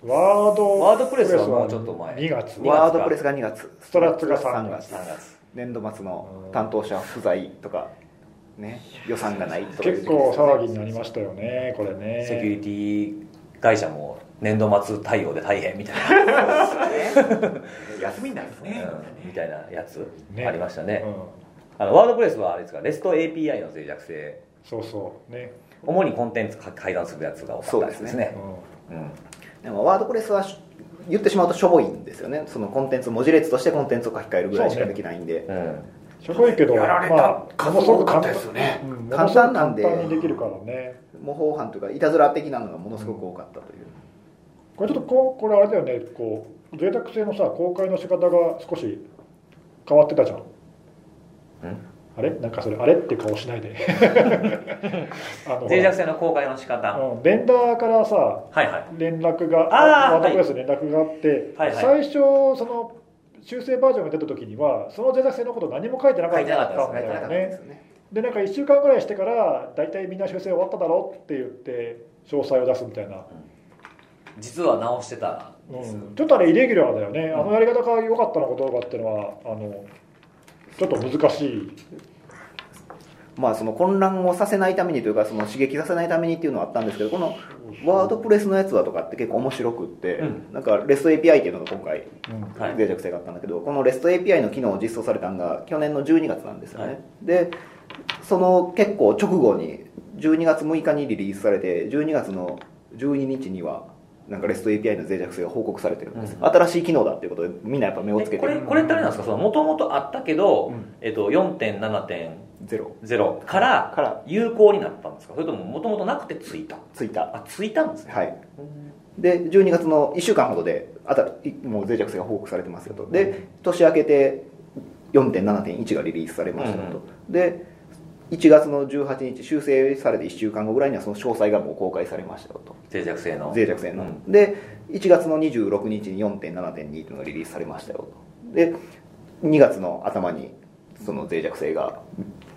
S3: ワード
S2: ワードプレスはもうちょっと前
S3: 2月
S2: 二月か
S4: ワードプレスが2月
S3: ストラッツが3月
S2: 3月
S4: 年度末の担当者不在とかね予算がないとかいう
S3: 結
S4: 時期で
S3: 構
S4: すよね
S3: 騒ぎになりましたよねこれね
S2: セキュリティ会社も年度末対応で大変みたい
S1: 休みになるんですね
S2: な、うんみたいなやつ
S3: ね
S2: ありましたね
S3: うん、
S2: あのワードプレスはあれですかレスト API の脆弱性
S3: そうそうね、
S2: 主にコンテンツか改ざんするやつが多かったですね
S4: そうで
S3: う
S4: す
S3: ん
S2: うん
S4: でもワードプレスはし言ってしまうとしょぼいんですよねそのコンテンツ文字列としてコンテンツを書き換えるぐらいしかできないんで、
S2: うん
S3: しょぼいけど
S1: やられた
S3: あ
S1: 数
S3: ものすご
S1: 多
S3: く
S1: かっ
S3: 簡
S1: た
S3: 単
S1: ですよね
S3: うんもの
S4: 簡
S3: すごく
S4: 単な
S3: 簡
S4: んで
S3: 単にできるからね
S4: 模倣犯というかいたずら的なのがものすごく多かったという、
S3: これちょっとこうこれあれだよねこう贅沢性のさ公開の仕方が少し変わってたじゃ
S2: う
S3: ん
S2: ん
S3: あれなんかそれあれって顔しないで あの
S2: 脆弱性の公開の仕方、
S3: うんベンダーからさ
S2: はいはい
S3: 連絡が
S2: あー
S3: ワンダプレス連絡があって、
S2: はいはい
S3: 最初その修正バージョンが出た時にはその脆弱性のこと何も書いてなかったんだよ
S2: 書いてな
S4: かった
S3: ね
S4: ですよね
S3: でなんか1週間ぐらいしてから大体みんな修正終わっただろうって言って詳細を出すみたいな、
S2: 実は直してたん
S3: う
S2: です、
S3: んちょっとあれイレギュラーだよね、あのやり方が良かったのかどうかっていうのはあのちょっと難しい
S4: まあ、その混乱をさせないためにというかその刺激させないためにっていうのはあったんですけどこのワードプレスのやつはとかって結構面白くって、
S2: うん
S4: なんか REST API っていうのが今回
S3: うん
S2: はい
S4: 脆弱性があったんだけど、この REST API の機能を実装されたのが去年の12月なんですよね、
S2: はい
S4: でその結構直後に12月6日にリリースされて12月の12日にはなんか REST API の脆弱性が報告されてるんです、
S2: うん
S4: 新しい機能だっていうことでみんなやっぱ目をつけて
S2: えこれこれってあれなんですかその元々あったけど、
S4: うん
S2: えっと、4.7.0
S4: ゼロ
S2: から
S4: から
S2: 有効になったんですかそれとも元々なくてついた
S4: ついた
S2: あついたんですね
S4: はいで12月の1週間ほどであたいもう脆弱性が報告されてますよとで年明けて4.7.1がリリースされましたよと、で1月の18日修正されて1週間後ぐらいにはその詳細がもう公開されましたよと
S2: 脆弱性の
S4: 脆弱性の、
S2: う
S4: で1月の26日に4.7.2というのがリリースされましたよとで2月の頭にその脆弱性が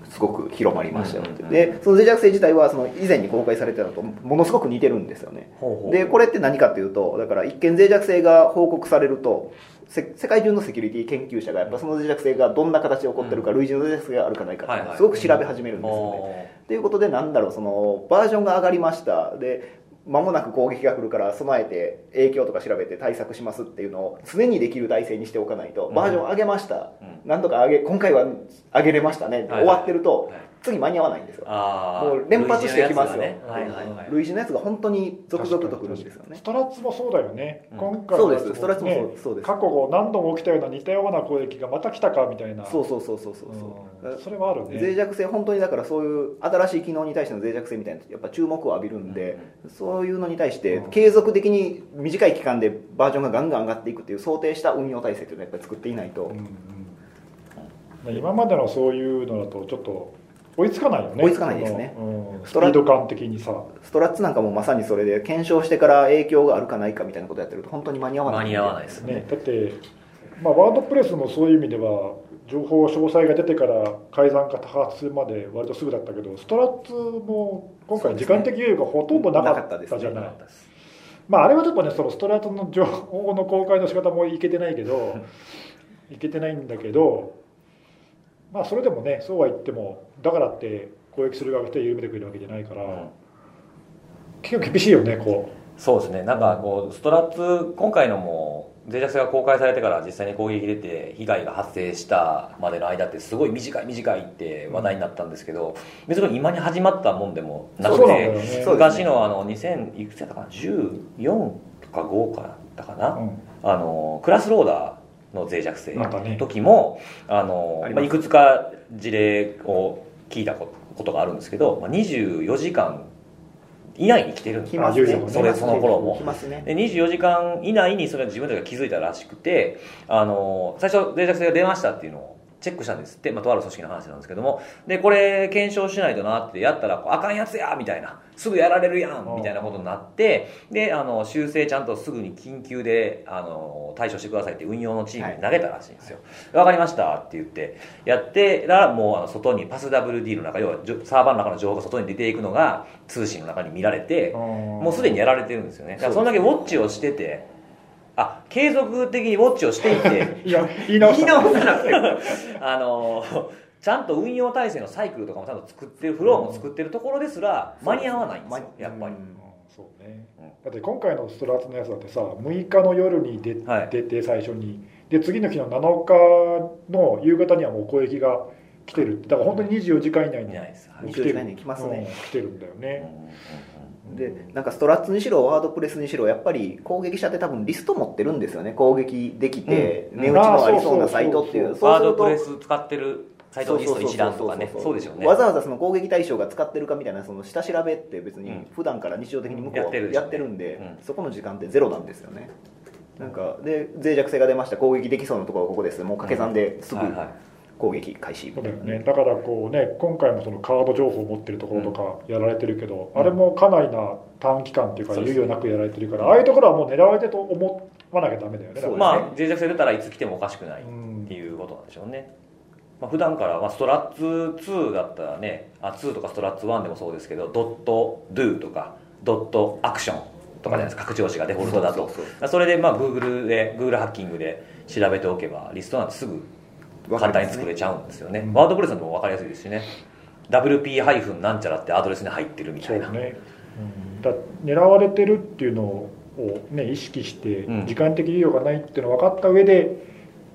S4: すごく広まりましたよって、
S2: うんうんうん
S4: でその脆弱性自体はその以前に公開されてたのとものすごく似てるんですよね
S2: ほうほう
S4: でこれって何かというとだから一見脆弱性が報告されるとせ世界中のセキュリティ研究者がやっぱその脆弱性がどんな形で起こってるか、
S2: うん
S4: 類似の脆弱性があるかないか
S2: はいはい
S4: すごく調べ始めるんですよね、
S2: おー
S4: ということでなんだろうそのバージョンが上がりましたで間もなく攻撃が来るから備えて影響とか調べて対策しますっていうのを常にできる体制にしておかないと
S2: うん
S4: バージョン上げました、
S2: う
S4: なんとか上げ今回は上げれましたね、
S2: はいはい
S4: 終わってると、
S2: はい
S4: 次間に合わないんですよ
S2: あ
S4: も
S2: ー
S4: う連発してきますよ
S2: 類似のやつがねはいはいはい
S4: 類似のやつが本当に続々と来るんですよね
S3: ストラッツもそうだよね、
S2: うん
S3: 今回
S4: そう
S3: の
S4: で
S3: やつ
S4: すストラッチもそうそうです
S3: 過去何度も起きたような似たような攻撃がまた来たかみたいな
S4: そうそうそうそうそうそううん
S3: それはあるね
S4: 脆弱性本当にだからそういう新しい機能に対しての脆弱性みたいなやっぱ注目を浴びるんで、そういうのに対して
S3: うん
S4: 継続的に短い期間でバージョンがガンガン上がっていくっていう想定した運用体制っていうのをやっぱり作っていないと、
S3: うんうん今までのそういうのだとちょっと追いつかないよね
S4: 追いつかないですね
S3: そのうん
S4: ス
S3: スピ
S4: トラ
S3: ード感的にさ
S4: ストラッツなんかもまさにそれで検証してから影響があるかないかみたいなことやってると本当に間に合わな
S2: 間
S4: い
S2: に合わないですね
S3: ねだってまあワードプレスもそういう意味では情報詳細が出てから改ざんか多発するまで割とすぐだったけどストラッツも今回時間的余裕がほとんどなかったじゃ
S4: な
S3: な
S4: か
S3: いまあ、あれはちょっとねそのストラトの情報の公開の仕方もいけてない けどいけてないんだけどまあそれでもねそうは言ってもだからって攻撃する側が一人緩めてくれるわけじゃないから、
S2: うん
S3: 結構厳しいよねこ
S2: そうですねなんかこうストラッツ今回のも脆弱性が公開されてから実際に攻撃出て被害が発生したまでの間ってすごい短い短いって話題になったんですけど別に今に始まったもんでも
S3: う
S2: なく
S3: そうなんだよ
S2: て
S3: ね
S4: そう
S2: 昔のあの2000いくつやったかな14とか5かだったかな、あのクラスローダーの脆弱性
S3: なんかね
S2: 時もあの
S4: あり
S2: ま
S4: ます
S2: あ、いくつか事例を聞いたこことがあるんですけど、まあ、24時間以内に来てるんです
S4: 来
S2: よ
S4: ますね
S2: それその頃も
S4: 来ますね
S2: で24時間以内にそれは自分たちが気づいたらしくてあの最初脆弱性が出ましたっていうのをチェックしたんですって、まあ、とある組織の話なんですけどもでこれ検証しないとなってやったらこうあかんやつやみたいなすぐやられるやんみたいなことになってであの修正ちゃんとすぐに緊急であの対処してくださいって運用のチームに投げたらしいんですよ、わかりましたって言ってやってらもうあの外にパス WD の中要はじょサーバーの中の情報が外に出ていくのが通信の中に見られて、も
S3: も
S2: うすでにやられてるんですよねだからそ
S4: そ
S2: ん
S4: う
S2: だ
S4: で
S2: けウォッチをしててあ継続的にウォッチをしていて
S3: いや 言い直した
S2: 直さなくても あのちゃんと運用体制のサイクルとかもちゃんと作ってるフローも作ってるところですら間に合わないんですよやっぱり
S4: うん
S3: そうね
S2: う
S3: だって今回のストラッツのやつだってさ6日の夜に出,、
S2: はい
S3: 出て最初にで次の日の7日の夕方にはもう攻撃が来てるだから本当に24時間以内
S2: い
S3: に
S2: ないです、はい
S4: 24時間に来ますね、
S3: うん来てるんだよ
S2: うん
S3: ね、
S2: うんうん
S4: でなんかストラッツにしろワードプレスにしろやっぱり攻撃者って多分リスト持ってるんですよね攻撃できて
S2: うん
S4: 値打ちのありそうなサイトっていう
S3: あー
S4: そう
S2: ワ
S4: す
S2: ー
S4: る
S2: ド
S4: と
S2: プレス使ってるサイトリスト一覧とかねそうでしょうね
S4: わざわざその攻撃対象が使ってるかみたいなその下調べって別に普段から日常的に向こ
S2: やってる
S4: う
S2: でしょ
S4: やってるんで、
S2: うん
S4: そこの時間ってゼロなんですよねなんかで脆弱性が出ました攻撃できそうなところはここですもう掛け算ですぐ
S2: はいはい
S4: 攻撃開始み
S3: そう
S4: た
S3: だ
S4: い
S3: よ
S4: な
S3: ね、だからこうね今回もそのカード情報を持ってるところとかやられてるけど、あれもかなりな短期間っていうか
S2: そうです
S3: 猶予なくやられてるから、ああいうところはもう狙われてると思わなきゃダメだよ
S4: そうで
S3: ねだから
S4: すね
S2: まあ脆弱性出たらいつ来てもおかしくない
S3: うん
S2: っていうことなんでしょうね、まあ普段からまあストラッツ2だったらねあ2とかストラッツ1でもそうですけどドットドゥとかドットアクションとかじゃないですか拡張子がデフォルトだと
S4: そうそう
S2: それでまあ Google で Google ハッキングで調べておけばリストなんてすぐ
S4: わか
S2: 簡
S4: りますね
S2: 単に作れちゃうんですよね
S3: うん
S2: ワードプレスでも分かりやすいですしね WP- なんちゃらってアドレスに入ってるみた
S3: そ
S2: いうな
S3: だね、だ狙われてるっていうのを、ね、意識して
S2: うん
S3: 時間的猶予がないっていうのを分かった上で、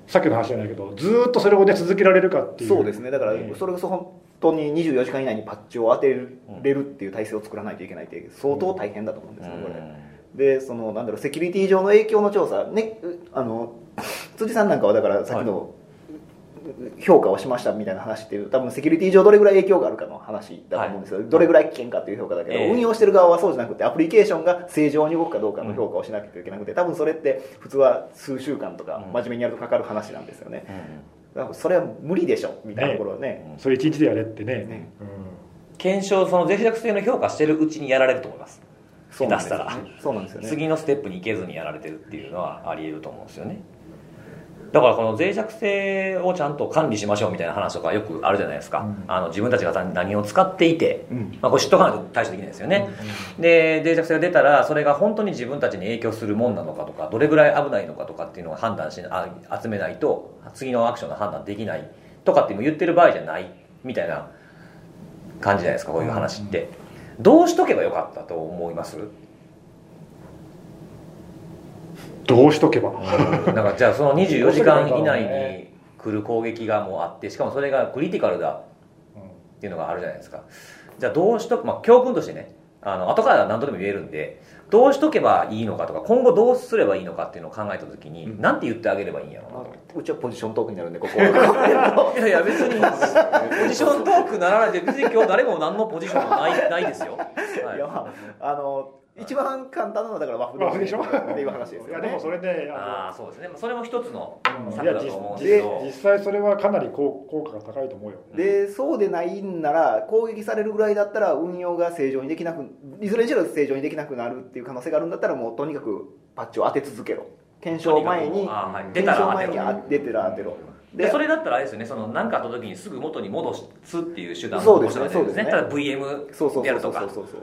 S3: さっきの話じゃないけどずーっとそれを、ね、続けられるかっていう
S4: そうですねだから
S3: うん
S4: それこそ本当に24時間以内にパッチを当てれるっていう体制を作らないといけないって相当大変だと思うんですよ、これでそのなんだろうセキュリティ上の影響の調査、ね、うあの 辻さんなんかはだからさっきの、評価をしましたみたいな話っていう多分セキュリティ上どれぐらい影響があるかの話だと思うんですよ、どれぐらい危険かっていう評価だけど、
S2: ええ
S4: 運用してる側はそうじゃなくてアプリケーションが正常に動くかどうかの評価をしなきゃいけなくて多分それって普通は数週間とか
S2: うん
S4: 真面目にやるとかかる話なんですよね
S2: うんうん
S4: だからそれは無理でしょみたいなところはね
S3: それ一日でやれってね
S4: ね
S3: うん
S2: 検証その脆弱性の評価してるうちにやられると思います
S4: そうなんですよね
S2: 出した
S4: そうなんですよね
S2: 次のステップに行けずにやられてるっていうのはありえると思うんですよねだからこの脆弱性をちゃんと管理しましょうみたいな話とかよくあるじゃないですか、
S3: うん
S2: あの自分たちが何を使っていて、
S4: うん
S2: まあ、これ知っとかないと対処できないですよね、で脆弱性が出たらそれが本当に自分たちに影響するもんなのかとかどれぐらい危ないのかとかっていうのを判断しあ集めないと次のアクションの判断できないとかっていうのを言ってる場合じゃないみたいな感じじゃないですかこういう話って、どうしとけばよかったと思います
S3: どうしとけば、
S2: なんかじゃあその24時間以内に来る攻撃がもうあってしかもそれがクリティカルだっていうのがあるじゃないですかじゃあどうしとく、まあ、教訓としてねあの後から何度でも言えるんでどうしとけばいいのかとか今後どうすればいいのかっていうのを考えた時に、
S4: うん
S2: なんて言ってあげればいいんやろうな
S4: あ
S2: と
S4: うちはポジショントークになるんでここ はい
S2: やいや別にポジショントークならないで別に今日誰も何のポジションもないないですよ、はい
S4: いやまああの一番簡単なのはだから和風
S3: 和風でしょ
S4: っていう話です
S3: い
S4: よ
S3: やで
S4: ね
S3: もそれね
S2: ああそうですねそれも一つの
S3: あのうんい
S2: 策
S3: や
S2: だと
S3: 実
S2: 思うんですけ
S3: 実
S2: ど
S3: 実際それはかなり効効果が高いと思うよ
S4: でそうでないんなら攻撃されるぐらいだったら運用が正常にできなくいずれにしろ正常にできなくなるっていう可能性があるんだったらもうとにかくパッチを当て続けろ検証前に
S2: あーはい出た
S4: 検
S2: ら
S4: 証
S2: 当て
S4: 前
S2: ろ
S4: にあ出てら当てろ
S2: でそれだったらあれですよねその何かあった時にすぐ元に戻すっていう手段
S4: そう
S2: 残
S4: で
S2: し
S4: す
S2: て
S4: ね
S2: おいてですねただ
S4: そう
S2: VM でやるとか
S4: そうそうそう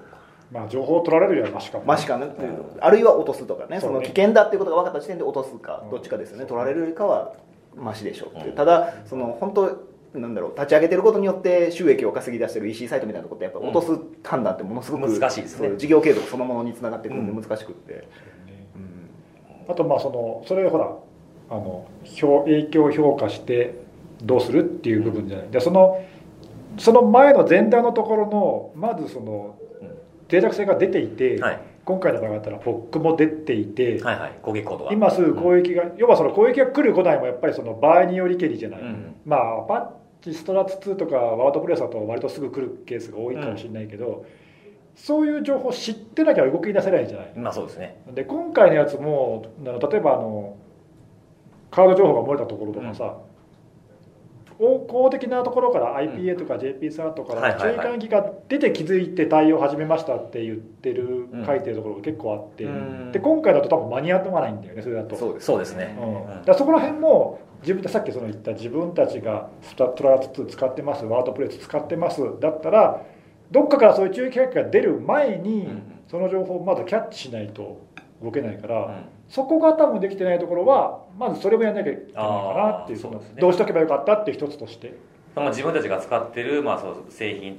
S3: まあ情報を取られるよりはマシかも
S4: まあしかねっていうあるいは落とすとかね
S3: そ
S4: そう
S3: ね
S4: の危険だっていうことが分かった時点で落とすか
S3: うん
S4: どっちかですよね取られるよりかはマシでしょうっていう
S2: うん
S4: ただその本当なんだろう立ち上げてることによって収益を稼ぎ出してる EC サイトみたいなとこってやっぱ落とす判断ってものすごく
S2: 難しいですね
S4: そう事業継続そのものにつながってくるんで難しくって、
S3: あとまあそのそれほらあの評影響を評価してどうするっていう部分じゃない、でそのその前の前段のところのまずその
S2: うん
S3: 脆弱性が出ていて、
S2: はい
S3: 今回の場合だったらフォックも出ていて、
S2: はいはい攻撃行動が
S3: 今すぐ攻撃が、要はその攻撃が来る来ないもやっぱりその場合によりけりじゃない、
S2: うん
S3: まあパッチストラッツ2とかワードプレスだと割とすぐ来るケースが多いかもしれないけど、そういう情報を知ってなきゃ動き出せないじゃない
S2: まあそうですね
S3: で今回のやつもあの例えばあのカード情報が漏れたところとかさ、横行的なところから IPA とか JPSR とか
S2: はい
S3: の
S2: はいはい
S3: 注意喚起が出て気づいて対応始めましたって言ってる、
S2: うん
S3: 書いてるところが結構あって、
S2: うん
S3: で今回だと多分間に合わないんだよねそれだと。
S4: そうです
S2: そうですね
S3: うん
S2: うん
S3: だからそこら辺も自分たちさっきその言った自分たちがスタトラー2使ってますワードプレス使ってますだったらどっかからそういう注意喚起が出る前に、
S2: うん
S3: その情報をまずキャッチしないと動けないから、
S2: うん
S3: そこが多分できてないところはまずそれもやんなきゃいけないかなってい
S2: あー
S3: うその
S2: そうですね
S3: どうしとけばよかったっていう一つとして
S2: まあ自分たちが使ってるまあそう製品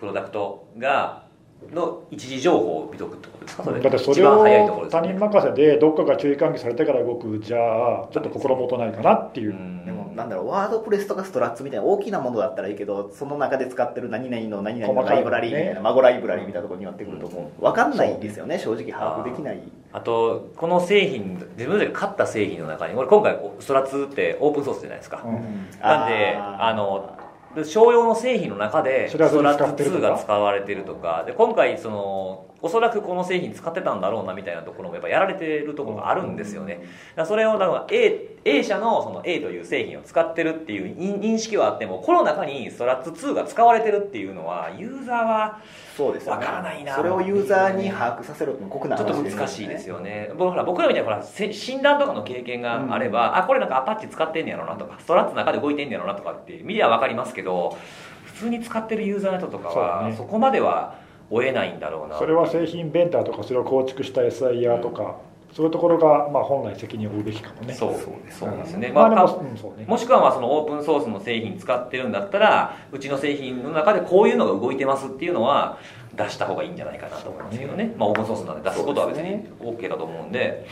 S2: プロダクトがの一時情報を見とくってことですかそれ
S3: だってそ
S2: 一
S3: れ
S2: 番早いとこ
S3: を
S2: ろです
S3: 他
S2: よ
S3: 人
S2: ね
S3: 任せでどっかが注意喚起されてから動くじゃあちょっと心もとないかなっていうう、
S2: ん
S4: でもなんだろうワードプレスとかストラッツみたいな大きなものだったらいいけどその中で使ってる何々の何々の
S3: 細か
S4: ラ
S3: い
S4: イブラリーみたい
S3: ね
S4: な孫ライブラリーみたいなところになってくるともう分かんないですよね正直把握できない
S2: あとこの製品自分たちが買った製品の中にこれ今回ストラッツってオープンソースじゃないですか、
S3: うん
S2: なんで
S4: あー
S2: あので商用の製品の中で
S3: そ
S2: ソ
S3: れはそれ
S2: ラ
S3: 使
S2: ッ
S3: って
S2: ツ
S3: るとか
S2: 2が使われてるとかで今回そのおそらくこの製品使ってたんだろうなみたいなところもやっぱやられてるところがあるんですよねだからそれをだから A, A 社のその A という製品を使ってるっていう認認識はあってもこの中にソラッツ2が使われてるっていうのはユーザーは
S4: そうですよね
S2: わからないな
S4: それをユーザーに把握させるって酷な
S2: ちょっ
S4: 話よ
S2: と
S4: ね
S2: 難しいですよね僕ほら僕らみたいなほらせ診断とかの経験があれば、あこれなんかアパッチ使ってんねやろなとかストラッツの中で動いてんねやろなとかって見りゃ分かりますけど普通に使ってるユーザーの人とか
S3: そう
S2: は
S3: ね
S2: そこまでは追えないんだろうな
S3: それは製品ベンダーとかそれを構築した SIR とか、そういうところが、まあ、本来責任を負うべきかもね
S2: そう
S4: そうです
S2: そうなんですね、
S3: ん
S2: ま
S3: ま
S2: あ
S3: あで
S2: か
S3: も、うんそうね
S2: もしくはまあそのオープンソースの製品使ってるんだったらうちの製品の中でこういうのが動いてますっていうのは出した方がいいんじゃないかなと思いますけどねまあ、オープンソースなんで出すことは別に OK だと思うんで、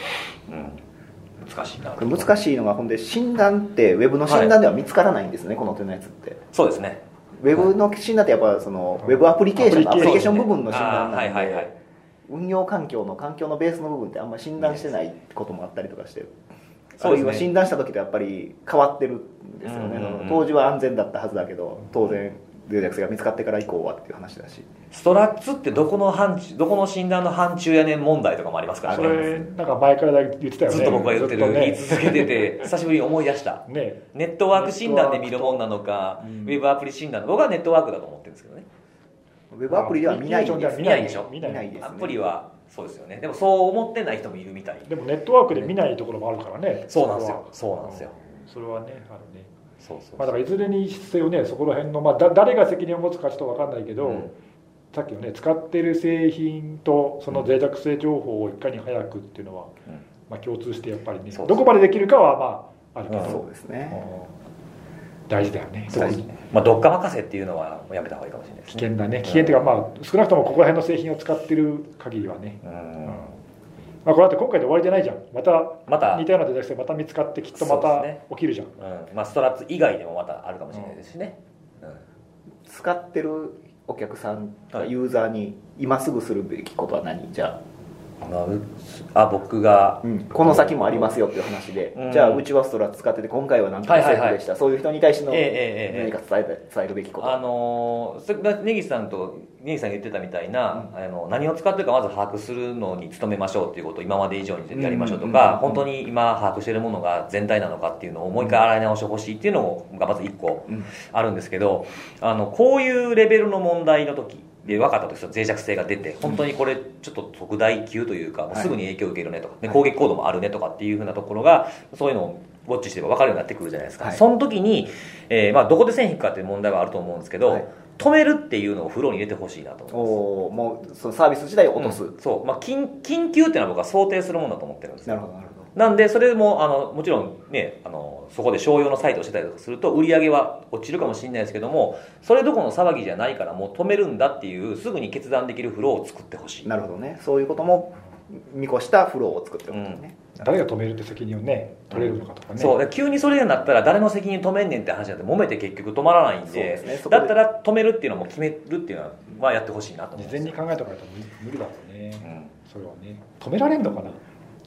S2: うん、難しいな
S4: これ難しいのがほんで診断ってウェブの診断では見つからないんですね、この手のやつって
S2: そうですね
S4: ウェブの診断ってやっぱそのウェブアプリケーションの
S3: ア
S4: ア
S3: プ
S4: プ
S3: リ
S4: リケー
S3: ケーシ
S4: シ
S3: ョ
S4: ョ
S3: ン
S4: ン部分の診断
S2: あー
S4: な
S2: は
S4: ん
S2: いはいは
S4: で
S2: い
S4: 運用環境の環境のベースの部分ってあんまり診断してないこともあったりとかしてあ
S2: そう
S4: るい
S2: ですね
S4: は診断した時とやっぱり変わってるんですよね、
S2: うんうんうん
S4: 当時は安全だったはずだけど当然デュダクスが見つかってから以降はっていう話だし
S2: ストラッツってどこの範疇どこの診断の範疇やねん問題とかもありますから
S3: そ
S2: ね
S3: れなんか前から言ってたよね
S2: ずっと僕が言ってる、
S3: ずと
S2: 言い続けてて久しぶりに思い出した
S3: ねね
S2: ネットワーク診断で見るもんなのか、ウェブアプリ診断僕はネットワークだと思ってるんですけどね
S4: ウェブアプリでは見ないんです
S2: 見ないでしょ
S3: 見な
S4: 見ないいですね
S2: アプリはそうですよねでもそう思ってない人もいるみたい
S3: でもネットワークで見ないところもあるからね
S2: そうなんですよそうなんですよ
S3: それはねあるね、
S2: そうそう
S3: まあ、だからいずれにせよねそこら辺の、まあ、だ誰が責任を持つかちょっと分かんないけど、
S2: うん
S3: さっきのね使ってる製品とその脆弱性情報をいかに早くっていうのは、
S2: うん
S3: まあ、共通してやっぱりね
S2: そうそう
S3: どこまでできるかはまああるけど、
S2: うん
S4: そうですね
S3: うん大事だよね特
S4: 大事
S3: に
S2: まあどっか任せっていうのはやめた方がいいかもしれないです
S3: 危
S2: ね
S3: 険だね危険っていうか、まあ、少なくともここら辺の製品を使ってる限りはね、
S2: うん
S3: うんまあ、これだって今回で終わりじゃないじゃんまた
S2: また、う
S3: 似
S2: ん
S3: たようなデザインしてまた見つかってきっとま
S2: そう
S3: た
S2: ですね
S3: 起きるじゃん、
S2: まあ、ストラッツ以外でもまたあるかもしれないですしね、うん
S4: 使ってるお客さん
S2: は
S4: が
S2: い
S4: ユーザーに今すぐするべきことは何じゃ
S2: まあうあ僕が
S4: あ、この先もありますよっていう話で、
S2: うん
S4: じゃあうちはストラ使ってて今回は何とかセーフでした、そういう人に対しての
S2: ええええええ
S4: 何か伝えた伝えるべきこと、
S2: あのーそれ根岸さんと根岸さんが言ってたみたいな、あの何を使ってるかまず把握するのに努めましょうっていうことを今まで以上にやりましょうと
S4: うんうんうん
S2: か、本当に今把握しているものが全体なのかっていうのをもう一回洗い直してほしいっていうのがまず1個
S4: うん
S2: あるんですけどあのこういうレベルの問題の時で分かったとき脆弱性が出て本当にこれちょっと特大級というか、もうすぐに影響を受けるねとか、で
S4: はい
S2: 攻撃行動もあるねとかっていうふうなところがそういうのをウォッチしてれば分かるようになってくるじゃないですか、
S4: はい
S2: その時に、えーまあ、どこで線引くかっていう問題はあると思うんですけど、
S4: はい
S2: 止めるっていうのをフローに入れてほしいなと思いま
S4: おーも
S2: す
S4: うそのサービス自体を落とす、
S2: うんそう、まあ、緊緊急っていうのは僕は想定するものだと思ってるんですよ
S4: なるほどなるほど
S2: なんでそれもあのもちろんねあのそこで商用のサイトをしてたりとかすると売り上げは落ちるかもしれないですけどもそれどころの騒ぎじゃないからもう止めるんだっていうすぐに決断できるフローを作ってほしい
S4: なるほどねそういうことも見越したフローを作ってることね、
S3: 誰が止めるって責任をね取れるのかとかね、
S2: そうで急にそれになったら誰の責任止めんねんって話になって揉めて結局止まらないんで
S4: そうですねそこで
S2: だったら止めるっていうのも決めるっていうのはやってほしいなと思
S3: 事
S2: うんで
S3: 前
S2: すよ
S3: に考えとかないと無無理だろうね、
S2: うん
S3: それはね止められるのかな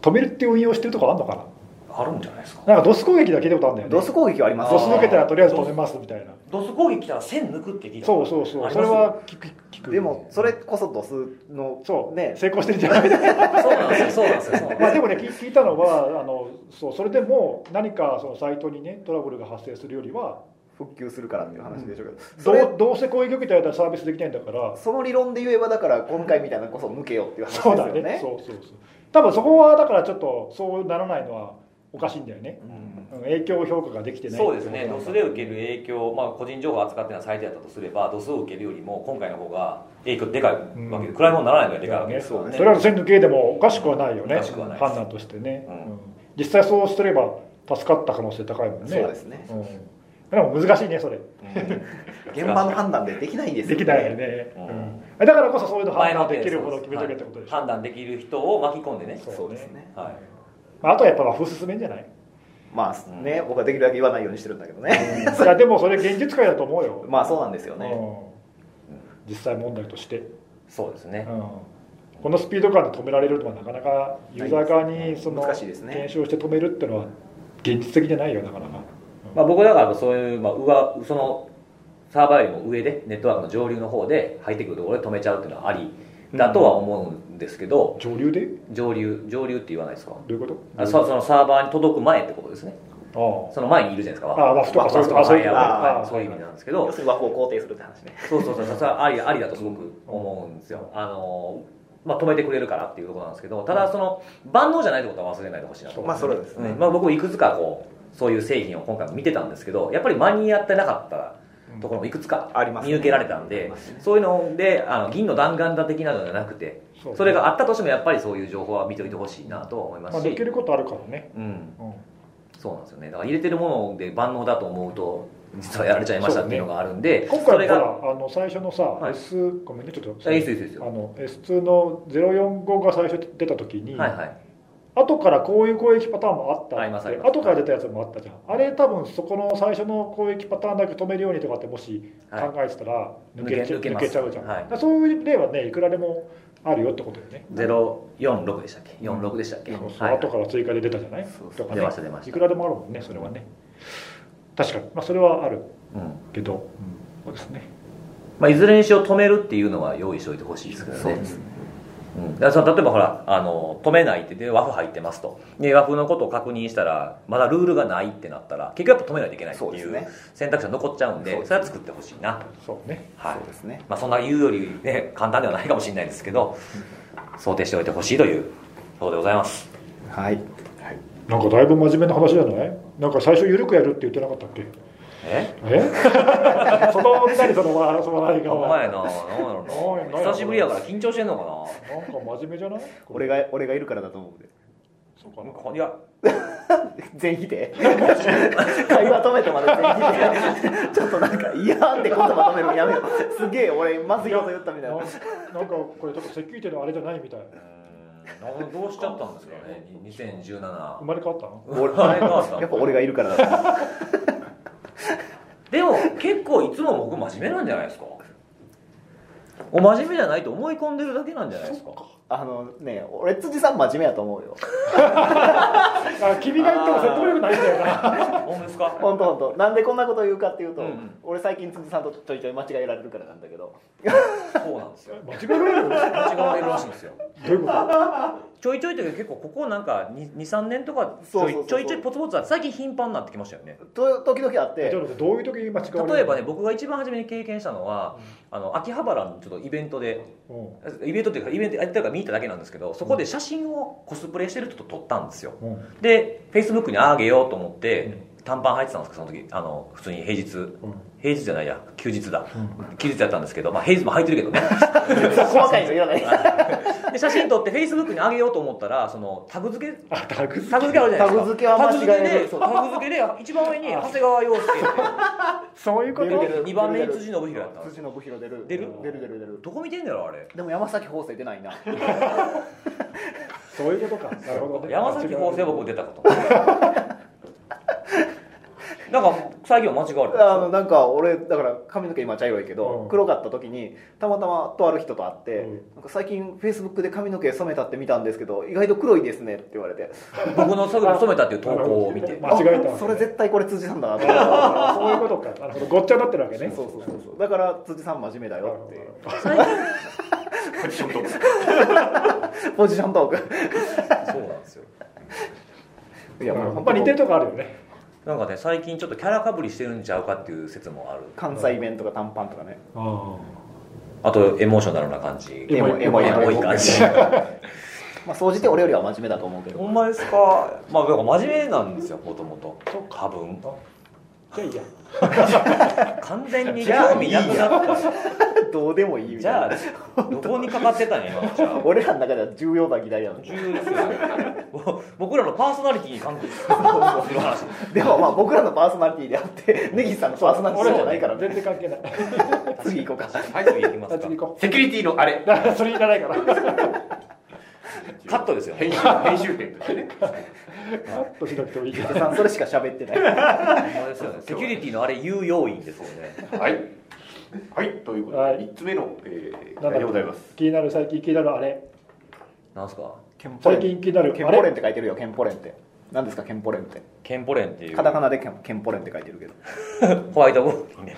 S3: 止めるって運用してるとこあんのか
S2: あるんじゃないですか
S3: ななんかドス攻撃だけ聞いたことあるんだよね
S4: ドス攻撃はあります
S3: ドス抜けたらとりあえず止め
S4: ま
S3: ますみたいな
S2: ドス攻撃来たら線抜くって聞いた
S3: そうそうそう
S2: あり
S3: そ
S2: ま
S3: れ
S2: す
S3: は聞く聞く
S4: でもそれこそドスの
S3: そう、
S4: ね
S3: 成功してるんじゃ ないですか
S2: そうなんですよそうなんですよそうなんで
S3: まあ
S2: す
S3: で
S2: よ
S3: もね聞聞いたのはあのそうそれでも何かそのサイトにねトラブルが発生するよりは
S4: 復旧するからっていう話でしょうけど、そ
S3: ど
S4: れ
S3: うどうせ攻撃受けたやったらサービスできないんだから
S4: その理論で言えばだから今回みたいなのこそ抜けよっていう話です
S3: そ
S4: よ
S3: うだ
S4: ね
S3: ねそうそうそう多分そこはだからちょっとそうならないのはおかしいんだよね
S4: うん
S3: うん影響評価ができてない
S2: そうですね、ドスで受ける
S3: る
S2: 影響、まあ、個人情報を扱っているサイトやったとすれば、ドスを受けるよりも、今回の方が影響でかいわけで、
S3: うん
S2: 暗いものにならないのがでかいわけですから
S4: そう
S2: ね。
S4: ね
S3: それは線抜けでもおかしくはないよね
S2: おかしくはないです
S3: 判断としてね、
S2: うん
S3: うん実際そうすれば助かった可能性高いもんね
S4: そうですね
S3: うんでも難しいねそれ
S4: 現場の判断でできないです
S3: で
S4: よ
S3: きないよね、
S2: うん
S3: うんだからこそそういうの判
S2: 前も
S3: 断
S2: って
S3: できるほど決めとけってことでしょ、
S2: 判断できる人を巻き込んでね、
S4: そうですね
S2: はい、
S3: まあ、あとはやっぱ和風進めんじゃない
S4: まあね、僕はできるだけ言わないようにしてるんだけどね、
S3: いやでもそれ現実界だと思うよ
S4: まあそうなんですよね、
S3: うん実際問題として、
S2: そうですね、
S3: うんこのスピード感で止められるのはなかなかユーザー側にその
S4: 難しいですね
S3: 検証して止めるってのは現実的じゃないよなかなか、
S2: まあ、僕だからそういう、まあ、上そのサーバーよりも上でネットワークの上流の方で入ってくるところで止めちゃうっていうのはありだとは思うんですけど、
S3: 上流でど
S2: 上流上流って言わないですか、
S3: ういうこと
S2: あそそのサーバーに届く前ってことですね
S3: あ
S2: その前にいるじゃないですか
S3: ああワフとか
S2: ワフと
S3: あ
S2: か
S3: そう
S2: ファ
S3: いう
S2: イアウォール
S4: あ
S2: はいそういう意味なんですけど
S4: 要するに和法を肯定するって話ね
S2: そうそうそうそうそれはありありだとすごく思うんですよあの、まあ、止めてくれるからっていうところなんですけどただその万能じゃないってことは忘れないでほしいなと、
S4: まあそれはですね、
S2: まあ、僕もいくつかこうそういう製品を今回見てたんですけどやっぱり間に合ってなかったところもいくつか
S4: ありますね
S2: 見受けられたんで、そういうのであの銀の弾丸だ的なのじゃなくて
S3: そうね
S2: それがあったとしてもやっぱりそういう情報は見ておいてほしいなとは思いま
S3: ますあ、
S2: し、
S3: できることあるからね、
S2: うん、
S3: うん、
S2: そうなんですよねだから入れてるもので万能だと思うと実はやられちゃいましたっていうのがあるんで、
S3: 今
S2: そ
S3: 回
S2: れ
S3: ほら
S2: が
S3: あの最初のさ、
S2: はい
S3: S ごめんねちょっと
S2: あいいですよいいですよ
S3: あの S2 の045が最初出た時に、
S2: はいはい
S3: 後からこういう攻撃パターンもあった
S2: ありますあります
S3: 後から出たやつもあったじゃんあれ多分そこの最初の攻撃パターンだけ止めるようにとかってもし考
S2: はい
S3: えてたら抜け,、
S2: 抜け抜け
S3: 抜
S2: ます
S3: けちゃうじゃん、
S2: はい
S3: だからそういう例はねいくらでもあるよってことよね
S2: 046でしたっけ46でしたっけ、
S3: そうそう
S2: はい
S3: 後から追加で出たじゃない
S2: そうそう
S3: とか
S2: 出
S3: ね
S2: ました出ました
S3: いくらでもあるもんねそれはね確かに、まあ、それはある
S2: うん
S3: けど、そうですね
S2: まあ、いずれにしろ止めるっていうのは用意しておいてほしいですけどね
S4: そうですね
S2: うん、だからその例えばほらあの止めないってで和風入ってますとで和風のことを確認したらまだルールがないってなったら結局やっぱ止めないといけないって
S4: そうで
S2: い
S4: す
S2: う
S4: ね
S2: 選択肢が残っちゃうんで
S4: そ
S2: そ
S4: うですね
S2: れは作ってほしいな、
S3: そうね
S2: はい
S4: そうですね
S2: まあ、そんな言うより、ね、簡単ではないかもしれないですけど想定しておいてほしいということでございます
S4: はい
S3: なんかだいぶ真面目な話じゃないなんか最初緩くやるって言ってなかったっけ
S2: え
S3: えその何その笑その笑いが
S2: お前ななんだろうな
S3: おい
S2: 久しぶりやから緊張してんのか
S3: なんか真面目じゃない
S4: 俺が俺がいるからだと思うんで
S3: そうかな
S2: ないや
S4: 全否定会話止めてまで全否定ちょっとなんか「いや」って言葉止めるのやめようすげえ俺まずいこと言ったみたい
S3: な
S4: な
S3: なんかこれちょっとセキュリティのあれじゃないみたいう
S2: ーんなどうしちゃったんですかね2017
S3: 生まれ変わったの
S2: 俺あれがあった
S4: やっぱ俺がいるからだと思う
S2: でも結構いつも僕真面目なんじゃないですかお真面目じゃないと思い込んでるだけなんじゃないですか
S4: あのね俺辻さん真面目やと思 うよ
S3: あ君が言っても説得力ないんだよな
S2: 本当ですか
S4: 本当本当なんでこんなこと言うかっていうと、
S2: うんうん
S4: 俺最近辻さんとちょいちょい間違えられるからなんだけど
S2: そうなんですよ
S3: 間違えられる ど
S2: 間違われるらしいんですよ
S3: ういうこと
S2: ちょいちょいというか結構ここなんか23年とかち
S4: そうそ
S2: ょ
S4: うそうそ
S2: いうちょいちょいポツポツあって最近頻繁になってきましたよね
S4: と時々あっ
S3: えち
S4: て
S3: ょっと待ってどういう時に間違われる
S2: 例えばね、僕が一番初めに経験したのはあの秋葉原のちょっとイベントで
S3: うん
S2: イベントっていうかイベントやってたから見に行っただけなんですけどそこで写真をコスプレしてる人と撮ったんですよ
S3: うん
S2: でフェイスブックにあげようと思って、短パン履いてたんですけどその時あの普通に平日、平日じゃないや休日だ、休日だったんですけど、まあ、平日も履いてるけどね
S4: 細かいのいらない
S2: で写真撮ってフェイスブックにあげようと思ったらそのタグ付け
S3: あタグ付け
S2: タグ付けあるじゃないですか
S4: タグ付けは間違える
S2: タグ付けでそうタグ付けで一番上に長谷川洋介っ
S3: そういうこ
S4: 出る出
S3: と
S4: る
S2: 二番目
S4: 出る
S2: に
S4: 出る
S2: 辻信弘やった
S4: 辻信弘出る
S2: 出る
S4: 出る出る出る
S2: てどこ見てんだろうあれ
S4: でも山崎邦生出ない な
S3: そういうことかなるほど ね
S2: 山崎
S3: 法
S2: 邦生は僕出たこと なんか最近は間違われて
S4: あのなんか俺だから髪の毛今茶色いけど、
S3: うん
S4: 黒かった時にたまたまとある人と会って、
S3: うん
S4: なんか最近フェイスブックで髪の毛染めたって見たんですけど意外と黒いですねって言われて
S2: 僕の勤めたっていう投稿を 見て
S3: 間違えたわけね
S4: あそれ絶対これ辻さんだなと思って
S3: あーそういうことかなるほどごっちゃになってるわけね
S4: そうそうそうそうだから辻さん真面目だよって
S2: 最近
S1: ポジションと
S4: ポジショントーク
S2: そうなんですよ
S4: いやもう
S3: や
S4: 本
S3: っぱ
S4: 当
S3: 似
S4: に
S3: てるとこあるよね
S2: なんかね最近ちょっとキャラかぶりしてるんちゃうかっていう説もある
S4: 関西弁とか短パンとかね
S3: あ
S2: あとエモーショナルな感じ
S4: エモいエモい
S2: エモい感 じ
S4: まあ総じて俺よりは真面目だと思うけど
S2: ほんまですかまあなんか真面目なんですよもともと
S3: そう
S2: 多分
S3: あじゃあいいや
S2: 完全に
S4: じゃあ
S2: 興味なくなった
S4: どうでもいいみ
S2: じ
S4: たい
S2: ゃ
S4: な
S2: あどこにかかってたんや今のじゃあ
S4: 俺らの中では重要な議題やの
S2: 重要ですよねぼ僕らのパーソナリティに関係する話
S4: でもまあ僕らのパーソナリティであって根岸さんのパーソナリティじゃないからね
S3: 全然関係ない
S4: 次行こうか
S2: はい次いきます
S3: あ
S2: か
S3: 次行こ
S1: セキュリティのあれ
S3: うだからそれいらないからカ
S2: カットですよ
S1: 編集編集点としてね
S3: ットしなくてもいいけど
S4: 池さんそれしか喋ってない
S2: ほんまですよねセキュリティのあれ有要因ですよね
S1: はいはいということ
S3: は
S1: で
S3: い
S1: 三つ目のえー
S3: なんだ
S1: 題
S3: っ
S1: で
S3: け
S1: ございます
S3: 気になる最近気になるあれ
S2: なんすか
S4: 憲
S3: 最近気になる
S4: 憲
S3: あ
S4: 法連って
S3: れ
S4: 書いてるよ憲法連って何ですかケンポレンって
S2: ケンポレンっていう
S4: カタカナでケンケンポレンって書いてるけど
S2: ホワイトボードにね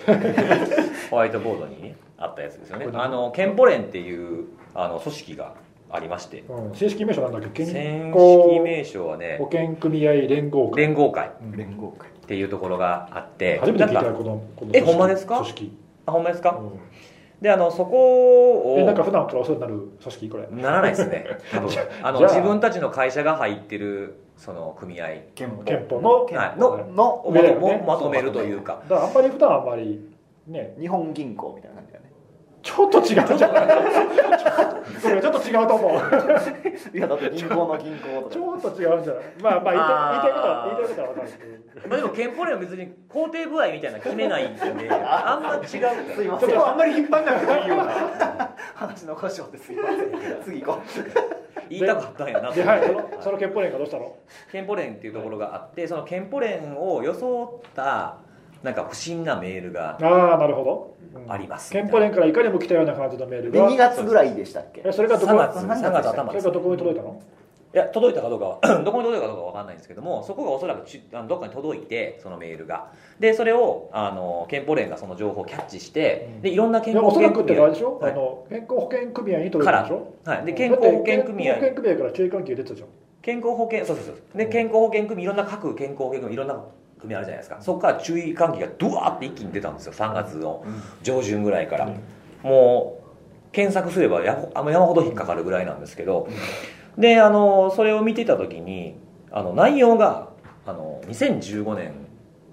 S2: ホワイトボードにねあったやつですよねあのケンポレンっていうあの組織がありまして
S3: うん正式名称なんだっけ
S2: 正
S3: 健
S2: 式
S3: 康
S2: 名称はね
S3: 保険組合連合会
S2: 連合会
S3: うん
S4: 連合会
S2: っていうところがあって
S3: 初めて聞いた
S2: なん
S3: よ
S2: か
S3: このこの
S2: えほんまですか
S3: 組織
S2: あほんまですか、
S3: うん
S2: であのそこを
S3: えなんか普段からお世話になる組織これ
S2: ならないですね多分あの
S3: じゃあ
S2: 自分たちの会社が入ってるその組合
S4: 憲
S3: 憲法の
S2: はい
S3: は
S2: の
S3: い
S4: の
S2: をま
S3: 上だ
S2: と
S3: よね
S2: まとめるというか
S3: だからあんまり普段あんまりね
S4: 日本銀行みたいな感じだね
S3: ちょっと違うじゃない ちょそれちょっと違うと 思う
S4: いやだって銀行の銀行
S3: ち
S4: とか
S3: ょっと違うんじゃないまあまあ言いたい言いたいことは言いたいことは分かる
S2: まあ、でも憲法令は別に肯定具合みたいなの決めないん であんま違う
S4: すいま
S1: ちょ
S4: せ
S1: っ
S4: ん
S1: とあんまり引っ張んなくていいような
S4: 話の故障ですいません次行こ
S2: 言いたかったんやなと
S3: で
S2: 思っ
S3: はい
S2: て
S3: そのその憲法連がどうしたの
S2: 憲法連っていうところがあってその憲法連を装ったなんか不審なメールが
S3: ああなるほど、うん
S2: あります
S3: 憲法連からいかにも来たような感じのメー
S4: う
S3: ル
S4: で
S3: が
S4: 2月ぐらいでしたっけ
S3: えそれがどこ
S2: 3月
S4: 三月
S2: 3月頭
S3: そ
S2: で
S3: れ
S2: す
S3: がどこに届いたの
S2: いや届いたかどうかは どこに届いたかどうかわかんないんですけどもそこがおそらくちあのどっかに届いてそのメールがでそれをあの憲法連がその情報をキャッチして
S3: うん
S2: でいろんない健
S3: や
S2: 康
S3: おそ
S2: 保
S3: ら
S2: 険
S3: くって
S2: 組
S3: かあ
S2: 合
S3: れでしょ、
S2: はい
S3: あの健康保険組合に届いたでしょ
S2: はいで健康保険組合
S3: だって健康保険組合から中間給出てたじゃん
S2: 健康保険そうそうそうで健康保険組合いろんな各健康保険組合いろんな組合あるじゃないですかそこから注意喚起がドワーって一気に出たんですよ3月の上旬ぐらいから、
S3: うん
S2: もう検索すればやほあの山ほど引っかかるぐらいなんですけど、であのそれを見てた時にあの内容があの2015年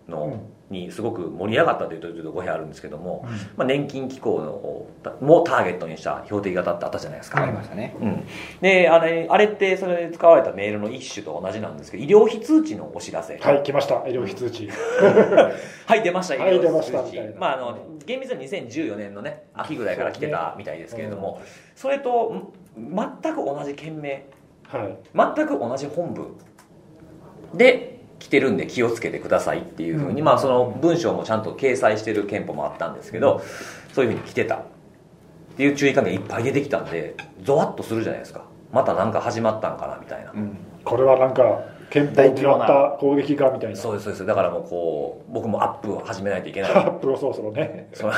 S2: の、にすごく盛り上がったというとちょっと語弊あるんですけども、
S3: うん
S2: まあ、年金機構のをもターゲットにした標的型ってあったじゃないですか、
S4: ありましたね
S2: うん、であれあれってそれで使われたメールの一種と同じなんですけど医療費通知のお知らせ
S3: はい来ました医療費通知
S2: はい出ました医
S3: はい
S2: 療
S3: 出
S2: 費
S3: ま
S2: 通
S3: したみ
S2: 知
S3: たいな
S2: まああの厳密に2014年のね秋ぐらいから来てたみたいですけれどもそ,、れとん全く同じ件名
S3: はい
S2: 全く同じ本文で来てるんで気をつけてくださいっていうふうに、まあその文章もちゃんと掲載してる憲法もあったんですけどそういうふうに来てたっていう注意喚起がいっぱい出てきたんでゾワッとするじゃないですかまたなんか始まったんかなみたいな、
S4: うん
S3: これはなんか憲法を狙った攻撃がみたいな
S2: そうですそうですだからもうこう僕もアップを始めないといけない
S3: ア ップをそろそろね
S2: その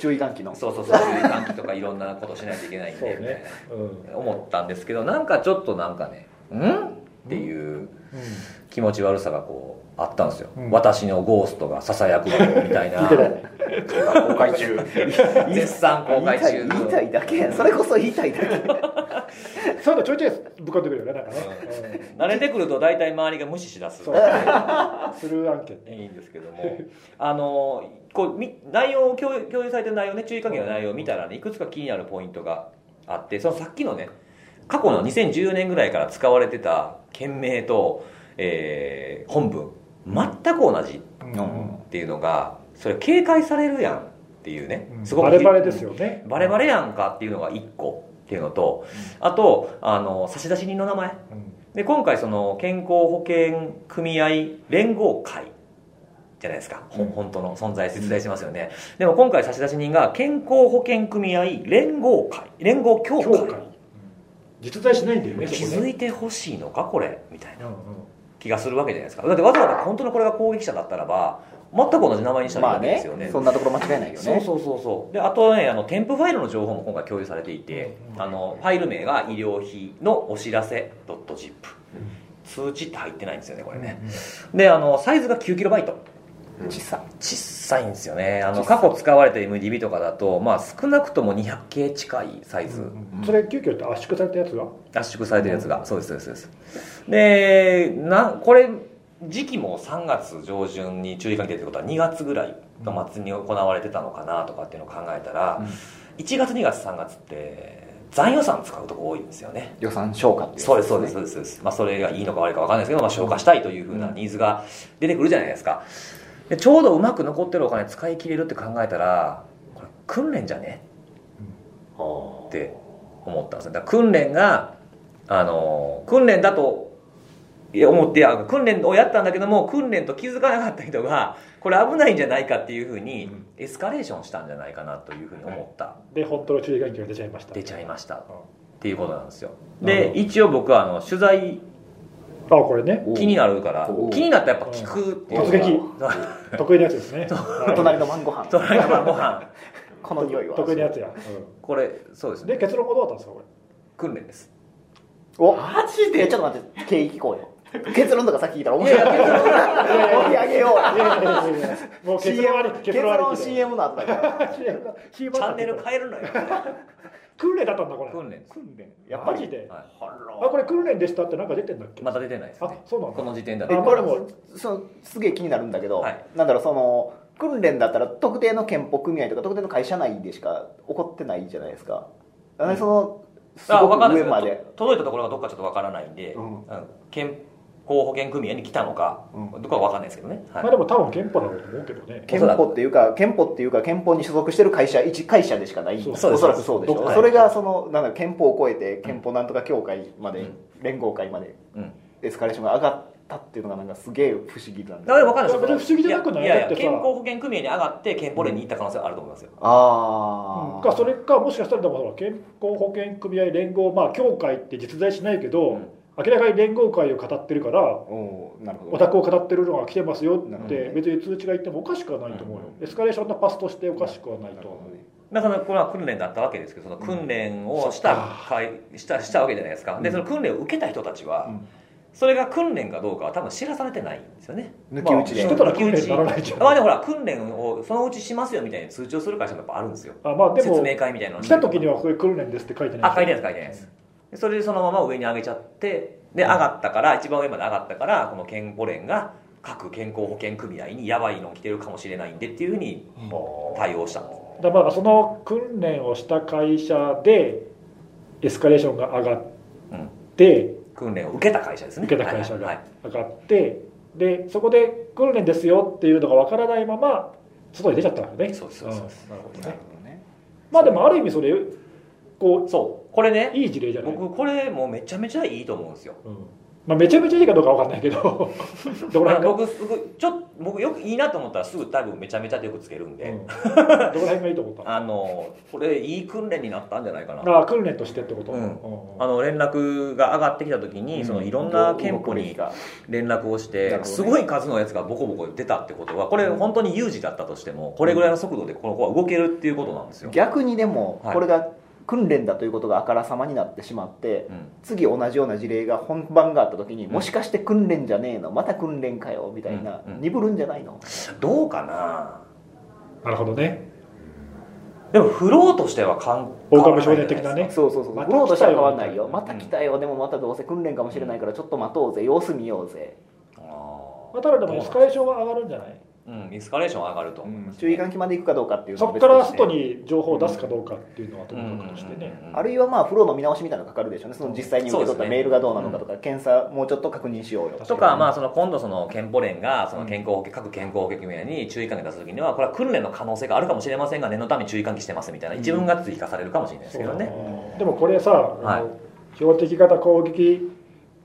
S4: 注意喚起の
S2: そうそうそう注意喚起とかいろんなことしないといけないん
S3: そう
S2: でみたい
S3: ねうん、うん
S2: な思ったんですけどなんかちょっとなんかねんっていう気持ち悪さがこうあったんですよ、
S3: うん
S2: 私のゴーストがささやくわよみたいな
S3: 見てない
S1: 公開中
S2: 絶賛公開中の
S4: 言いたいだけやんそれこそ言いたいだけ
S3: そういうのちょいちょいぶっ込んでくるよねなんかね、
S2: 慣れてくると大体周りが無視しだ
S3: う
S2: す
S3: ん、 そうする案件
S2: いいんですけども あのこうみ内容を共有共有されてる内容ね注意喚起の内容を見たらねいくつか気になるポイントがあってそのさっきのね過去の2014年ぐらいから使われてた件名と、えー本文全く同じ
S3: う
S4: うん
S2: っていうのがそれ警戒されるやんっていうね
S3: うん
S2: すごく
S3: バレバレですよね
S2: バレバレやんかっていうのが1個っていうのとあとあの差出人の名前
S3: うん
S2: で今回その健康保険組合連合会じゃないですか、ほん本当の存在実在しますよね、でも今回差出人が健康保険組合連合会連合協
S3: 評
S2: 会
S3: 価実在しないんだよね
S2: 気
S3: そこ
S2: づ
S3: ね
S2: いてほしいのかこれみたいな
S3: うんうん
S2: 気がするわけじゃないですかだってわざわざ本当のこれが攻撃者だったらば全く同じ名前にしたら
S4: ま
S2: いいわ
S4: あ
S2: けですよね
S4: ね、そんなところ間違いないよ
S2: そう
S4: ね
S2: そうそうそうであとねあの添付ファイルの情報も今回共有されていて、
S3: うん
S2: あのファイル名が医療費のお知らせ .zip 通知って入ってないんですよねこれね、であのサイズが 9KB
S4: 小さ
S2: 小さいんですよねあの過去使われた MDB とかだと、まあ、少なくとも 200K 近いサイズ、
S3: うんそれ急遽って圧縮されたやつが
S2: 圧縮されてるやつが、そうですそうですそうですでなこれ時期も3月上旬に注意喚起出てることは2月ぐらいの末に行われてたのかなとかっていうのを考えたら、1月2月3月って残予算使うとこ多いんですよね
S4: 予算消化っていう
S2: そうですそうですそうですそうです、まあ、それがいいのか悪いか分かんないですけど、まあ、消化したいというふうなニーズが出てくるじゃないですかでちょうどうまく残ってるお金使い切れるって考えたらこれ訓練じゃねって思ったんですねだから訓練があの訓練だといや思ってあ訓練をやったんだけども訓練と気づかなかった人がこれ危ないんじゃないかっていうふうに
S3: うん
S2: エスカレーションしたんじゃないかなというふうに思った、
S3: で本当の注意喚起が出ちゃいました
S2: 出ちゃいましたっ
S3: うん
S2: ていうことなんですよ
S3: なる
S2: で
S3: ほ
S2: 一応僕はあの取材
S3: あこれね
S4: お
S2: 気になるから
S4: お
S2: 気になったらやっぱ聞くっていう
S3: 突 撃
S2: のが
S3: 得意なやつですね
S4: 隣の晩ご飯
S2: 隣の晩ご飯
S4: この匂いは
S3: 得意なやつや、
S2: これそうです
S3: うん
S2: ね
S3: で結論はどうだったんですかこ
S2: 訓練です
S4: おマジでちょっと待って経緯聞こうよ結論とかさっき聞いたら面白い盛り上げよ
S3: れいやいやいやいやも
S4: う
S3: う結
S4: CM
S3: 論あり結
S4: 結
S3: 論あ
S4: 論
S3: り
S4: CM の後だから
S3: チ
S2: チャンネル変えるのよ
S3: 訓練だったんだこれ
S2: 訓練です
S3: 訓練
S4: やっぱり
S3: マジであ
S2: は
S3: これ訓練でしたってなんか出てんだっ
S2: い
S3: け
S2: まだ出てないです
S3: あ
S2: ね
S3: そうなん
S2: こ
S3: だ
S2: の時点だ
S4: え
S2: と
S4: これもそのすげえ気になるんだけど、
S2: はい
S4: なんだろうその訓練だったら特定の憲法組合とか特定の会社内でしか起こってないじゃないですか、なんでそのす
S2: あ
S4: ご
S2: 分かん
S4: く
S2: な
S4: 上
S2: いです
S4: まで
S2: と届いたところがどっかちょっと分からないんで、
S4: うん
S2: うん健康保険組合に来たのか、
S4: う
S2: どこかは分かんないですけどね、はい
S3: まあでも多分憲法だろうと思うけどね
S2: お
S4: 憲
S2: そらく
S4: 法っていうか憲法っていうか憲法に所属してる会社一会社でしかない
S3: そう
S4: お
S2: そうです
S4: そらくそうでしょ、
S2: はい
S4: それがそのなんだろう憲法を超えて憲法なんとか協会まで、
S2: うん
S4: 連合会まで
S2: うん
S4: エスカレーションが上がったっていうのがなんかすげえ不思議なん
S2: だから分
S4: あ
S2: かんないです
S3: いや別に不思議じゃなくない
S2: やい
S3: だ
S2: や
S3: っ
S2: いや
S3: てさ
S2: 健康保険組合に上がって健保連に行った可能性あると思いますよ、
S4: あー、
S3: うんかそれかもしかしたらでもほら健康保険組合連合まあ協会って実在しないけど、
S2: うん
S3: 明らかに連合会を語ってるから
S4: おーなるほど
S3: オタクを語ってるのが来てますよ
S4: なるほ
S3: っ
S4: ど
S3: て
S4: ね
S3: 別に通知が言ってもおかしくはないと思うよ、エスカレーションのパスとしておかしくはない
S4: なる
S3: と
S4: ほ
S3: 思
S4: ど
S3: う、
S4: ね
S2: だからこれは訓練だったわけですけどその訓練をし
S3: う
S2: た
S3: ん
S2: 会したしたわけじゃないですかでその訓練を受けた人たちは、
S4: うん
S2: それが訓練かどうかは多分知らされてないんですよね
S4: 抜き打ち
S3: 知
S4: で、
S3: ってたら訓練にならないじゃん、
S2: まあでもほら訓練をそのうちしますよみたいに通知をする会社もやっぱあるんですよ
S3: あまあで
S2: 説
S3: も
S2: 明会みたいなの
S3: 来た時にはこれ訓練ですって書いてない
S2: あ書いてないです書いてないですでそれでそのまま上に上げちゃってで上がったから一番上まで上がったからこの健保連が各健康保険組合にやばいの来てるかもしれないんでっていうふうに対応したんです
S3: だからまあその訓練をした会社でエスカレーションが上がって、
S2: 訓練を受けた会社ですね
S3: 受けた会社
S2: はい
S3: が上がって、でそこで訓練ですよっていうのが分からないまま外に出ちゃったわけ
S2: はい
S3: ね
S2: そうですそうですそうです
S3: んなるほど
S4: なる
S3: ね
S4: ほどね
S3: まあでもある意味それこ
S2: そうこれ
S3: う
S2: ね
S3: いい事例じゃない、
S2: 僕これもうめちゃめちゃいいと思うんですよ
S3: うんまあ、めちゃめちゃいいかどうか分かんないけど どこら辺が、
S2: 僕すぐちょっと僕よくいいなと思ったらすぐ多分めちゃめちゃってよくつけるんで、
S3: うんどこら辺がいいと思った
S2: あのこれいい訓練になったんじゃないかな
S3: ああ訓練としてってこと、
S2: うん
S3: うん
S2: あの連絡が上がってきた時に、そのいろんな憲法に
S4: が
S2: 連絡をし
S4: な
S2: て、
S4: るほどね
S2: すごい数のやつがボコボコ出たってことはこれ本当に有事だったとしてもこれぐらいの速度でこの子は動けるっていうことなんですよ、
S4: 逆にでも
S2: はい
S4: これが訓練だということがあからさまになってしまって、
S2: うん
S4: 次同じような事例が本番があった時に、
S2: ん
S4: もしかして訓練じゃねえのまた訓練かよみたいな、
S2: うんうん
S4: 鈍るんじゃないの
S2: どうかな
S3: なるほどね
S2: でもフローとしては関
S3: 狼少年的なね
S4: そうそうそう
S3: また
S4: グローとしては変わんないよ
S3: 来たよ
S4: また来たよ、でもまたどうせ訓練かもしれないからちょっと待とうぜ様子見ようぜ、
S2: あ
S3: まあ、ただでもエスカレーションは上がるんじゃない
S2: うんエスカレーション上がると思います、ね
S4: 注意喚起まで行くかどうかっていうの
S3: そ
S4: は
S3: こ
S4: 別
S3: か
S4: と
S3: ら
S4: して
S3: 外に情報を出すかどうかっていうのはともかくとしてね、
S4: あるいはまあフローの見直しみたいなのかかるでしょうねその実際に受け取ったメールがどうなのかとか、検査もうちょっと確認しようよ
S2: とか、まあ、その今度その健保連がその健康保険各健康保険組合に注意喚起出す時にはこれは訓練の可能性があるかもしれませんが念のために注意喚起してますみたいな一文が追加されるかもしれないですけどね、
S3: でもこれさ、あの標的型攻撃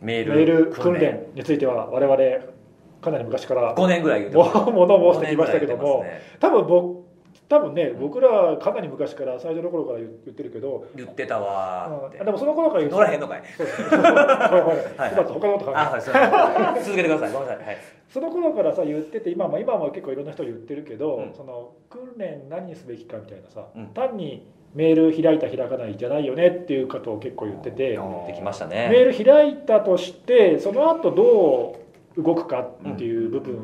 S2: メ
S3: メ
S2: ール
S3: ール訓練については我々かなり昔から
S2: 5年ぐらい言うて
S3: も
S2: ます
S3: う物申してきましたけど
S2: 五
S3: も、
S2: 年
S3: 多分僕多分ね僕らかなり昔から最初の頃から言ってるけど、
S2: ぐらい言ってますね言ってたわーって
S3: うんでもその頃から言
S2: 乗らへんの
S3: か
S2: かい
S3: そうそう そうごめんごめん
S2: はい
S3: ちょっと他のこと考え
S2: あ
S3: て
S2: はいすいません続けてくださいごめんなさい、はい、
S3: その頃からさ言ってて今も今も結構いろんな人言ってるけど、
S2: うん
S3: その訓練何すべきかみたいなさ、
S2: うん
S3: 単にメール開いた開かないじゃないよねっていうことを結構言ってて、
S2: できましたね
S3: メール開いたとしてその後どう動くかっていう部分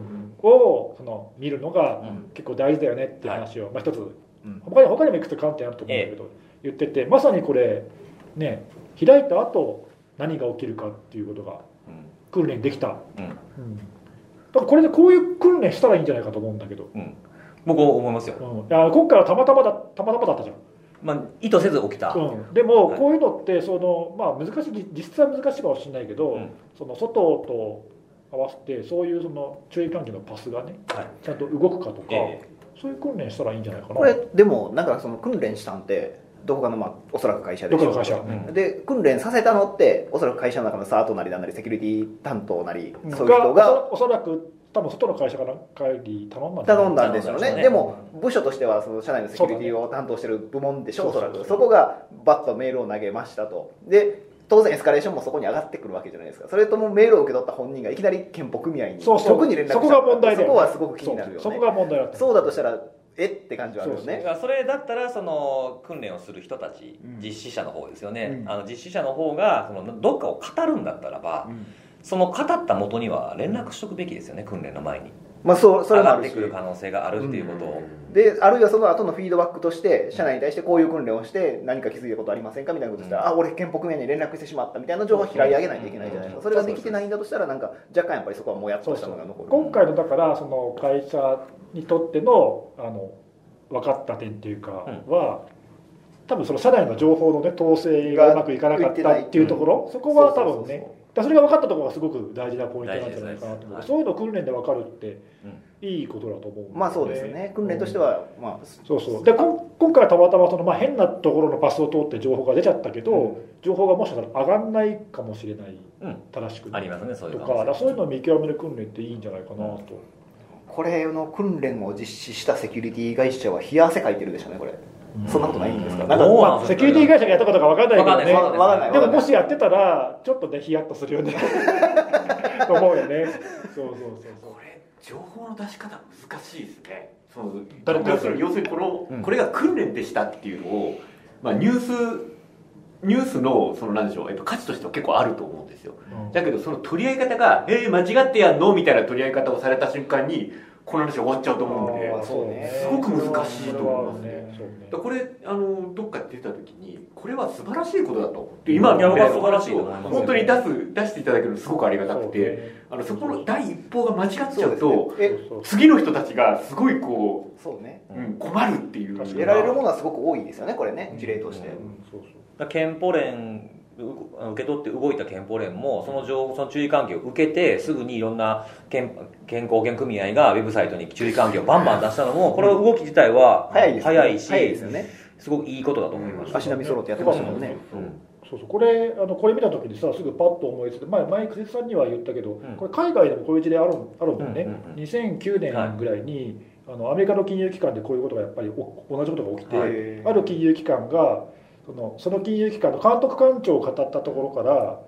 S3: をその見るのが
S2: うん
S3: 結構大事だよねっていう話を、まあ、一つ
S4: うん
S3: 他に他にもいくつか観点あると思うんだけど、言っててまさにこれね開いた後何が起きるかっていうことが訓練できた、
S2: うんうん
S3: うんだからこれでこういう訓練したらいいんじゃないかと思うんだけど、
S2: うん僕思いますよ
S3: う、ん、いや今回はたまたまだたまたまだったじゃん
S2: まあ、意図せず起きた、
S3: うん、でも
S2: はい
S3: こういうのってその、まあ、難しい実質は難しいかもしれないけど、
S2: うん
S3: その外と合わせてそういうその注意喚起のパスがね、
S2: はい
S3: ちゃんと動くかとか、
S2: え
S3: そういう訓練したらいいんじゃないかな
S4: これでもなんかその訓練したんってどこかのまあおそらく会社で
S3: ど
S4: し
S3: こ
S4: ょ
S3: の会社、
S2: ん
S4: で訓練させたのっておそらく会社の中のサートなりなんなりセキュリティ担当なり
S3: うん
S4: そういう人が
S3: おそらく多分外の会社から帰り頼んだんじゃない
S4: 頼んだんでしょう
S2: 頼んだんでしょう
S4: ね
S2: ね
S4: でも部署としてはその社内のセキュリティを担当してる部門でしょお
S3: そ
S4: そう
S3: だ
S4: ら
S3: ね
S4: くそこがバッとメールを投げましたとで当然エスカレーションもそこに上がってくるわけじゃないですかそれともメールを受け取った本人がいきなり憲法組合に
S3: そうそう
S4: 特に連絡しちゃ
S3: そ
S4: った
S3: こが問題で
S4: そこはすごく気になるよね
S3: そこが問題だった
S4: そうだとしたらえって感じはあるよね
S2: だからそれだったらその訓練をする人たち、
S4: うん
S2: 実施者の方ですよね、
S4: うん
S2: あの実施者の方がそのどっかを語るんだったらば、
S4: うん
S2: その語った元には連絡しとくべきですよね訓練の前に
S4: まあそうそれ
S2: 上
S4: もあ
S2: がっ
S4: る
S2: て
S4: し
S2: くる可能性があるっていうことを、
S4: であるいはその後のフィードバックとして社内に対してこういう訓練をして何か気づいたことありませんかみたいなことしたら、あ俺憲法組合に連絡してしまったみたいな情報を拾い上げないといけないじゃないですか、
S2: うん
S4: それができてないんだとしたらなんか若干やっぱりそこはもやっとしたのが残る
S3: 今回のだからその会社にとってのあの分かった点というかは、多分その社内の情報のね統制がうまくいかなかったっていうところ、そこは多分
S4: そ
S3: ね
S4: うそうそうそう
S3: だからそれが分かったところがすごく大事なポイントなんじゃないかなと思う、
S2: 大事です大事です
S3: そういうの訓練で分かるっていいことだと思うんで
S4: まあそうですね訓練としては、まあ
S3: そうそうでこん今回はたまたまその、まあ、変なところのパスを通って情報が出ちゃったけど、情報がもしかしたら上がんないかもしれない、
S2: うん
S3: 正しく
S2: ありますねそうい
S3: と
S2: う
S3: か
S2: 可
S3: だか
S2: 能
S3: ら
S2: 性
S3: そういうのを見極める訓練っていいんじゃないかなと、
S4: これの訓練を実施したセキュリティ会社は冷や汗かいてるでしょうねこれ、そんなことないんですか、
S2: うん
S4: なんか
S2: どうなん
S3: まあセキュリティ会社がやったことが分かんないけどね
S2: わかんない
S4: わかんない
S3: で
S4: わか
S3: も
S4: んない
S3: もしやってたらちょっとねヒヤッとするよね と思うよねそうそうそうそう
S1: これ情報の出し方難しいですねその
S3: 誰
S1: 要するに要するにこの、
S4: うん
S1: これが訓練でしたっていうのを、まあ、ニュースニュースのそのなんでしょう、えっと、価値としては結構あると思うんですよだけどその取り合い方が「えー、間違ってやんの?」みたいな取り合い方をされた瞬間にこの話終わっちゃうと思うんで
S3: あーそうね
S1: すごく難しいと思いますね
S3: そう
S1: だから
S3: ね
S1: これあのどっか出た時にこれは素晴らしいことだとで今の
S2: いや僕は
S1: 例の
S2: 素晴らしい
S1: 話
S2: と
S1: を
S2: 思いますよ
S1: 本当に出す出していただけるのすごくありがたくてあのそこの第一報が間違っちゃうと
S4: そうですねえ
S3: そうそう
S1: 次の人たちがすごいこ
S4: そうね
S1: う、うん、困るっていう
S3: 確かに
S4: 得られるものはすごく多いですよねこれね事例として、
S3: うんそうそう
S2: だから憲法連う受け取って動いた憲法連もその情報その注意喚起を受けてすぐにいろんな健健康保険組合がウェブサイトに注意喚起をバンバン出したのもこれは動き自体は
S4: 早いですね
S2: 早いし
S4: 早いですよね
S2: すごくいいことだと思いました、
S4: 足並み揃ってやってましたもんね
S2: うん
S3: そうそうこれあのこれ見た時にさすぐパッと思いついて前前久世さんには言ったけど、
S2: ん
S3: これ海外でもこういう事例あるあるもんね、
S2: うんうんうん
S3: 2009年ぐらいに、あのアメリカの金融機関でこういうことがやっぱりお同じことが起きて、
S2: はい
S3: ある金融機関がそのその金融機関の監督官庁を語ったところから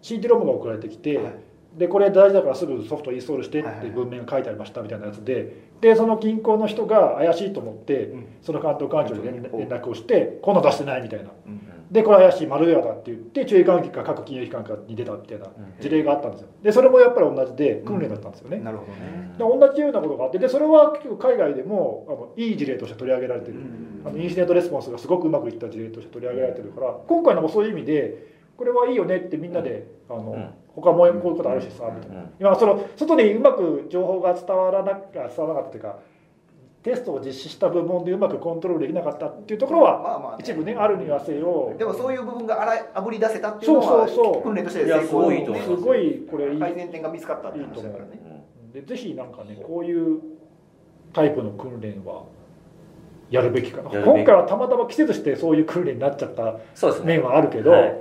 S3: CD ロムが送られてきて、
S4: はい
S3: でこれ大事だからすぐソフトインストールしてっ
S4: はいはい
S3: て
S4: はい
S3: 文面が書いてありましたみたいなやつででその銀行の人が怪しいと思って、
S4: うん
S3: その監督官庁に連連絡をしてこんなの出してないみたいな。
S4: うん
S3: でこれ怪しいマルウェアだって言って注意喚起が各金融機関からに出たみたいな事例があったんですよでそれもやっぱり同じで訓練だったんですよね、で
S4: なるほどね
S3: 同じようなことがあってでそれは結構海外でもあのいい事例として取り上げられてる、あのインシデントレスポンスがすごくうまくいった事例として取り上げられてるから今回のもそういう意味でこれはいいよねってみんなで、あの
S2: うん
S3: 他もこういうことあるしさ、みたいな今その外にうまく情報が伝わらなか伝わらなかったというかテストを実施した部門でうまくコントロールできなかったっていうところは、
S4: まあまあね
S3: 一部ねあるにはせよ
S4: でもそういう部分があらあぶり出せたっていうの
S3: そうそうそ
S4: は
S3: う
S4: 訓練として
S2: いや
S4: 成功
S2: すごいと思います
S3: ごいこれいい
S4: 改善点が見つかったって話だからね
S3: でぜひなんかねこういうタイプの訓練はやるべきかな
S2: やるべき
S3: 今回はたまたま季節してそういう訓練になっちゃった
S2: そうですね
S3: 面はあるけど、
S2: はい
S3: うん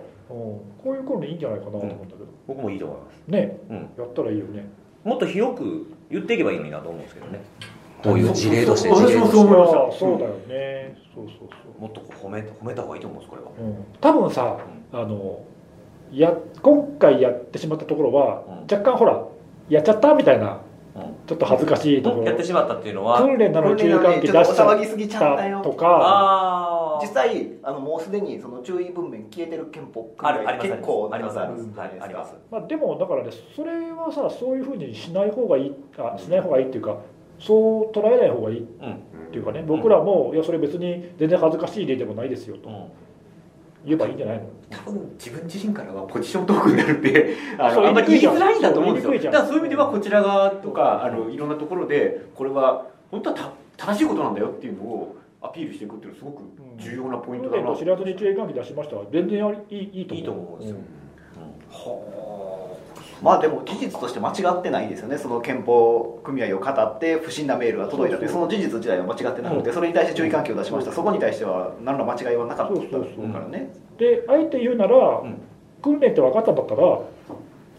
S3: こういう訓練いいんじゃないかなと思うんだけど、
S2: 僕もいいと思います、
S3: ね
S2: うん、
S3: やったらいいよね
S2: もっと広く言っていけばいいのになと思うんですけどねこういう事例として
S1: そうそう
S2: 事例とし
S1: 私もそう
S2: て
S1: 思いました
S3: ああそうだよね、そうそう
S2: もっとこう褒め褒めた方がいいと思うんですこれは
S3: そう、うん、多分さあのや今回やってしまったところは、
S2: うん
S3: 若干ほらやっちゃったみたいな
S2: うん
S3: ちょっと恥ずかしいとこ
S2: やって
S3: ろ
S2: しまったっていうのは
S3: 訓練なのに
S4: 訓
S3: 注意
S4: 練なの
S3: 喚
S4: に
S3: 起
S4: ち
S3: 出し
S4: ょっ
S3: ちゃっ
S4: とお騒ぎすぎちゃった
S3: たと
S4: よ
S3: か
S2: ああ
S4: 実際あのもうすでにその注意文面消えてる憲法
S2: あるあります
S4: 結構
S2: あります
S4: な
S2: あ
S4: ん
S2: り
S4: か
S2: ま
S4: るじゃ
S2: すは
S4: ない
S2: い
S4: で
S2: あり
S4: か
S2: ます
S3: まあ、でもだからねそれはさそういうふうにしない方がいいあしない方がいいっていうかそう捉えない方がいいっ
S2: うん
S3: ていうかね僕らも、いやそれ別に全然恥ずかしい例でもないですよと
S2: うん
S3: 言えばいいんじゃないの、
S1: 多分自分自身からはポジショントークになるんであ
S3: そう
S1: のあんまり言いづらいんだと思うんです
S3: 言いにくいじゃん
S1: よだからそういう意味ではこちら側とかあのいろんなところでこれは本当はた正しいことなんだよっていうのをアピールしていくっていうのはすごく重要なポイントだな
S3: 訓練と知らずに注意喚起出しましたら全然ありいいいいと思う
S2: いいと思うんですよ、
S4: まあでも事実として間違ってないですよねその憲法組合を語って不審なメールが届いたというその事実自体は間違ってなくてそれに対して注意喚起を出しましたそこに対しては何ら間違いはなかった
S3: そうそうそう
S4: からね
S3: であえて言うなら、
S2: ん
S3: 訓練って分かったんだったら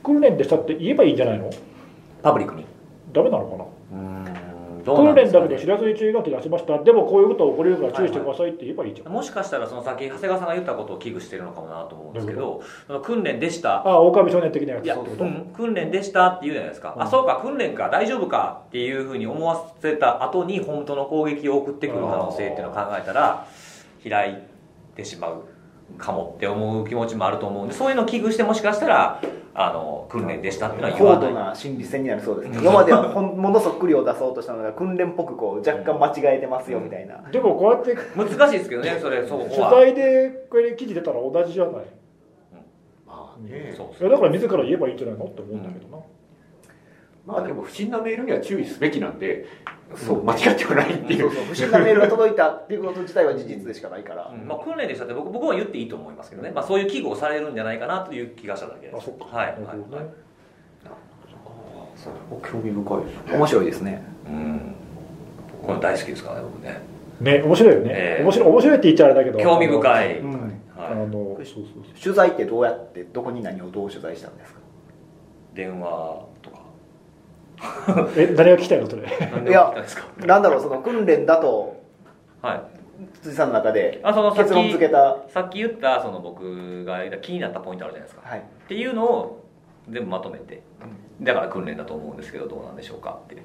S3: 訓練でしたって言えばいいんじゃないの
S2: パブリックに
S3: ダメなのかな
S2: うーんどうなん
S3: 訓
S2: で
S3: 練
S2: すか
S3: だ
S2: ね
S3: けで知らずに注意書き出しましたでもこういうことが起こりうるから注意してくださいって言えばいいじゃん、
S2: もしかしたらその先長谷川さんが言ったことを危惧してるのかもなと思うんですけどその訓練でした
S3: ああ狼少年的なやつ
S2: いや、
S3: そうういうこと
S2: ん、訓練でしたって言うじゃないですか、
S3: う
S2: あ
S3: ん
S2: そうか訓練か大丈夫かっていうふうに思わせた後に本当の攻撃を送ってくる可能性っていうのを考えたら開いてしまうかもって思う気持ちもあると思うんでそういうのを危惧してもしかしたらあの訓練でしたっていうのは言
S4: 高
S2: わ
S4: 度
S2: ない
S4: な心理戦になりそうですね今までは本物そっくりを出そうとしたのが訓練っぽくこう若干間違えてますよみたいな、
S3: でもこうやって
S2: 難しいですけどねそれそこ
S3: 取
S2: は
S3: 材でこれ記事出たら同じじゃない
S1: まあね
S2: そう
S3: いやだから自ら言えばいいんじゃないのって思うんだけどな、
S1: まあでも不審なメールには注意すべきなんでそう間違ってはないってい
S4: そ
S1: う
S4: うそう不審なメールが届いたっていうこと自体は事実でしかないから、
S2: うんまあ、訓練でしたって僕僕は言っていいと思いますけどね、まあ、そういう危惧をされるんじゃないかなという気がしただけです
S3: あそっか
S2: はい、はい
S3: なるほどね
S1: 興味深いですね
S4: 面白いですね
S2: うんこれ大好きですからね僕ね
S3: ね面白いよね、
S2: ええ
S3: 面白い面白いって言っちゃあれだけど
S2: 興味深い、
S4: うん
S3: あ
S2: は
S3: の、あのそうそうそう
S4: 取材ってどうやってどこに何をどう取材したんですか
S2: い、電話とか
S3: え誰が聞きたいのそれ
S2: 何でも聞きたいですか
S4: なんだろうその訓練だと
S2: はい
S4: 辻さんの中で
S2: あそのさっ
S4: 結論
S2: き
S4: 付けたは
S2: さっき言ったその僕が気になったポイントあるじゃないですか、
S4: い
S2: っていうのを全部まとめてだから訓練だと思うんですけどどうなんでしょうかって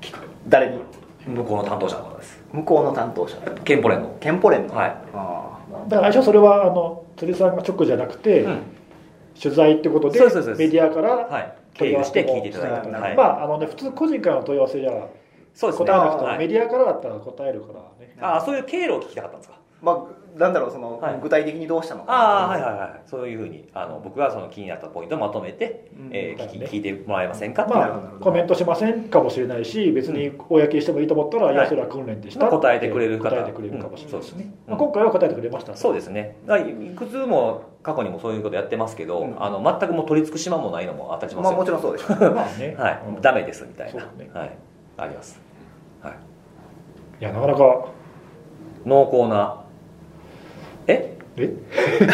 S2: 聞く
S4: 誰に
S2: 向こうの担当者の方です
S4: 向こうの担当者
S2: 憲法連の
S4: 憲法連の、
S2: はい、
S4: ああ
S3: だから最初それはあの釣りさんが直じゃなくて、
S2: うん
S3: 取材ってことで
S2: そうですそうです
S3: メディアから、
S2: はい、経
S3: 問い合
S2: 由
S3: わ
S2: し
S3: せて
S2: て
S3: も
S2: 聞いていただいた
S4: は
S2: はい
S3: まああのね普通個人からの問い合わせじゃ
S2: そうですね
S3: 答えなくても、
S2: はい
S3: メディアからだったら答えるからね
S2: ああそういう経路を聞きたかったんですか
S4: まあなんだろうその、
S2: はい
S4: 具体的にどうしたのか
S2: ああはいはいはいそういうふうにあの僕がその気になったポイントをまとめて、
S4: うん
S2: えー
S3: だよ
S2: 聞き
S3: ね
S2: 聞いてもらえませんかっていう
S4: なるほどな
S3: ま
S4: るほ
S3: あ
S4: ど
S3: コメントしませんかもしれないし別に公にしてもいいと思ったら、
S2: はい
S3: いやそれは訓練でした
S2: まあ答えてくれる方
S3: 答えてくれるかもしれな
S2: うんそう
S3: いし
S2: ですね
S3: ね、まあ、今回は答えてくれました
S2: そうですねだからいくつも過去にもそういうことやってますけど、
S4: うん
S2: あの全くもう取り付く島もないのも当たり
S4: ま
S2: ま
S4: あ
S2: す
S4: も
S2: よ、
S4: ちろんそうです
S3: すまあね、
S2: はい、
S3: うん
S2: ダメですみたい
S3: そう
S2: な、
S3: だね
S2: はいあります
S3: いやなかなか
S2: 濃厚なえ
S3: え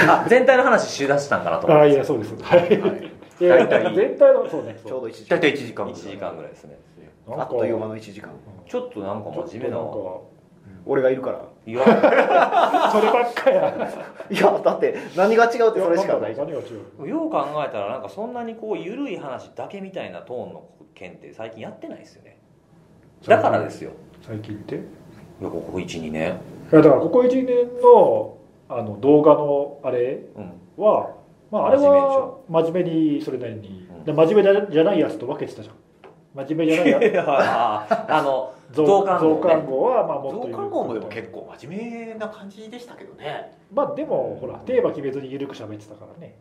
S2: あ全体の話しだしたんかなと思
S3: あ
S2: っ
S3: あ
S2: て
S3: いやそうですはい
S1: はい
S3: いや
S1: 大体
S3: 全体のそうね
S4: ちょうど1時
S1: 大
S4: 間
S1: 体1時間
S2: 1時間ぐらいですね
S3: なん
S4: あ
S3: か
S4: っという間の1時間
S2: ちょっとなんか真面目な
S4: 俺がいるから
S2: 言わない
S3: なんかそればっかや
S4: いやだって何が違うってそれしかない
S3: やんだろう何が違う
S2: よう考えたらなんかそんなにこう緩い話だけみたいなトーンの件って最近やってないですよねだからですよ
S3: 最近ってい
S2: いやここ12年
S3: やだからここ1年のあの動画のあれ
S2: うん
S3: は、まあ、あれ
S2: 真面目でし
S3: は
S2: ょ
S3: 真面目にそれなりに、
S2: うん
S3: で真面目じゃじゃないやつと分けてたじゃん真面目じゃないやつ
S2: あああの
S3: 増
S2: 増刊号ね
S3: 増刊号はまあもっと
S1: 増
S3: 緩く
S1: 刊号もでも結構真面目な感じでしたけどね
S3: まあでもほらテーマ決めずに緩く喋ってたからね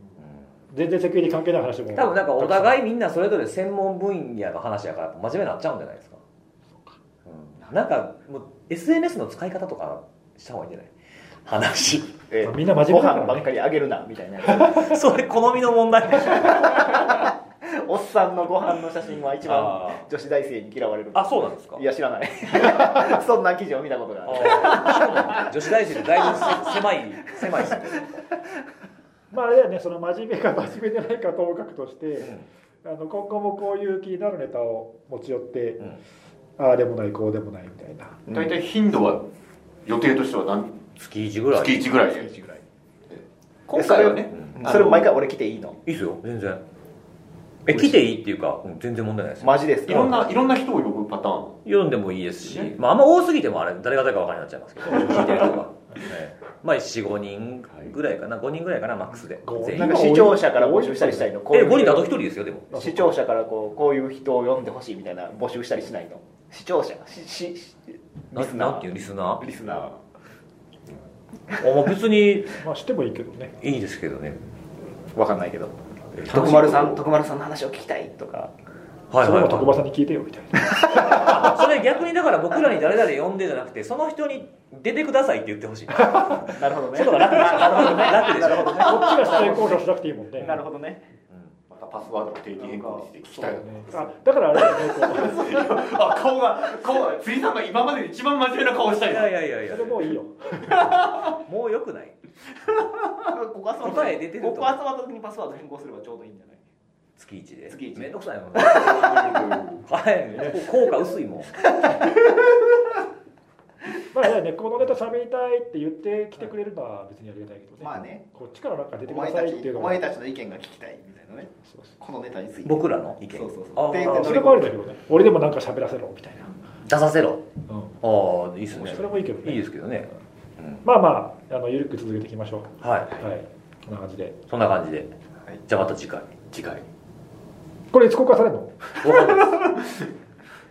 S3: 全然セキュリティ関係ない話も
S2: 多分なんかお互
S3: い
S2: いみんなそれぞれ専門分野の話やから真面目になっちゃうんじゃないですかうんなんかもう SNS の使い方とかした方がいいんじゃない話
S4: ええ
S3: みんな真面目
S4: ご飯
S3: だから
S4: ば
S3: ね
S4: っかりあげるなみたいな
S2: それ好みの問題
S4: おっさんのご飯の写真は一番
S2: あ
S4: 女子大生に嫌われる
S2: ーあそうなんですか
S4: いや知らないそんな記事を見たことがある
S2: あー女子大生でだいぶせ狭い狭いですね
S3: まああれだよねその真面目か 真面目じゃないかともかくとして、あの今後もこういう気になるネタを持ち寄って、
S2: うん
S3: ああでもないこうでもないみたいな
S4: うん
S1: 大体頻度は予定としては何
S2: 月1ぐらい
S1: 月1ぐらいで
S4: 月一ぐらい
S1: 今回はね
S4: うんそれ毎回俺来ていいの
S2: いいですよ全然え来ていいっていうか、うん全然問題ないですよ
S4: マジです
S1: いろん
S4: か
S1: ないろんな人を呼ぶパターン
S2: 読んでもいいですし
S1: ね、
S2: まあ、あんま多すぎてもあれ誰が誰か分からなくなっちゃいますけど聞いてる人が、ええまあ45人ぐらいかな5人ぐらいかなマックスで
S3: 五
S2: 全
S4: なん
S2: 員
S4: か視聴者から募集したりしたいのこうい
S2: え
S4: う
S2: 5人だと1人ですよでも
S3: あ
S4: 視聴者からこうこういう人を読んでほしいみたいな募集したりしないの視聴者ししし
S2: な
S4: リスナー
S2: なんていうリスナ
S4: リスナー
S2: ーあ、まあ、別に
S3: まあしてもいいけどね
S2: いいですけどね
S4: わかんないけど
S2: 楽しい
S4: 徳丸さん徳丸さんの話を聞きたいとか
S2: はい
S3: そ
S2: は
S3: れ
S2: い、
S3: も徳馬
S2: は
S3: さんに聞いてよみたいな
S2: い、それ逆にだから僕らに誰々呼んでじゃなくてその人に出てくださいって言ってほしいそ
S4: なるほどね
S2: の方が楽でしょ楽でしょ
S4: ほどね
S3: こっちが主体交渉しなくていいもんね
S4: なるほどね
S1: またパスワードを定期変更にして聞きたいよね
S3: あだからあれだよねこう
S1: あ顔が顔が釣りさんが今までで一番真面目な顔した
S2: い
S1: い
S2: やいやいやいや
S3: それもういいよ
S2: もうよくない
S4: ここはその
S2: 答え出てると
S4: ここはその時にパスワード変更すればちょうどいいんじゃない
S2: 月一で
S1: 月一
S2: めんどくさいもんはい効果薄いもん
S3: まあね、このネタ喋りたいって言って来てくれるのは別にありがたいけどね。
S5: まあね
S3: こっちからなんか出て
S5: お
S3: く
S5: 前
S3: ださ
S5: た
S3: いってい
S5: ち
S3: う
S5: お
S3: のは
S5: 前たちの意見が聞きたいみたいなね
S3: そうそう
S5: このネタについて
S2: 僕らの意見
S5: そうそうそう
S2: あー
S5: で
S3: それもあるだけどね。俺でもなんか喋らせろみたいな。
S2: 出させろ
S3: うん
S2: ああいいっすね
S3: それもいいけどね
S2: いいですけどね、うん
S3: まあまああのゆるく続けていきましょ
S2: は
S3: う。はい。こんな感じで。
S2: いそんな感じで
S5: はい
S2: じゃあまた次回
S1: 次回
S3: これいつ公開されるの？
S2: わかんないです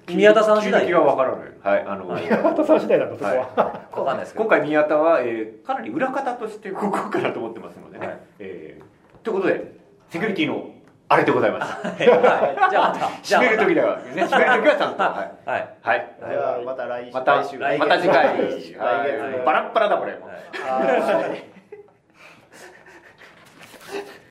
S2: 宮田さん次第
S1: 急激は分からないはいあの、
S2: はい
S3: またさん次第なんだそこは。
S2: わかんないですけど
S1: 今回宮田は、えーかなり裏方としてここうかなと思ってますのでね、
S2: はい
S1: えーということでセキュリティのあれでございます
S2: はいじゃ あまたじゃ
S1: 閉
S2: あ
S1: め
S2: また
S1: る時だから、ね、閉める時はちゃんとはい、
S2: はい
S1: はい、
S5: じゃあまた来週
S1: また
S5: 来週
S1: また次回
S5: 来月
S1: はいバラッバラだこれもう
S2: はい
S5: はい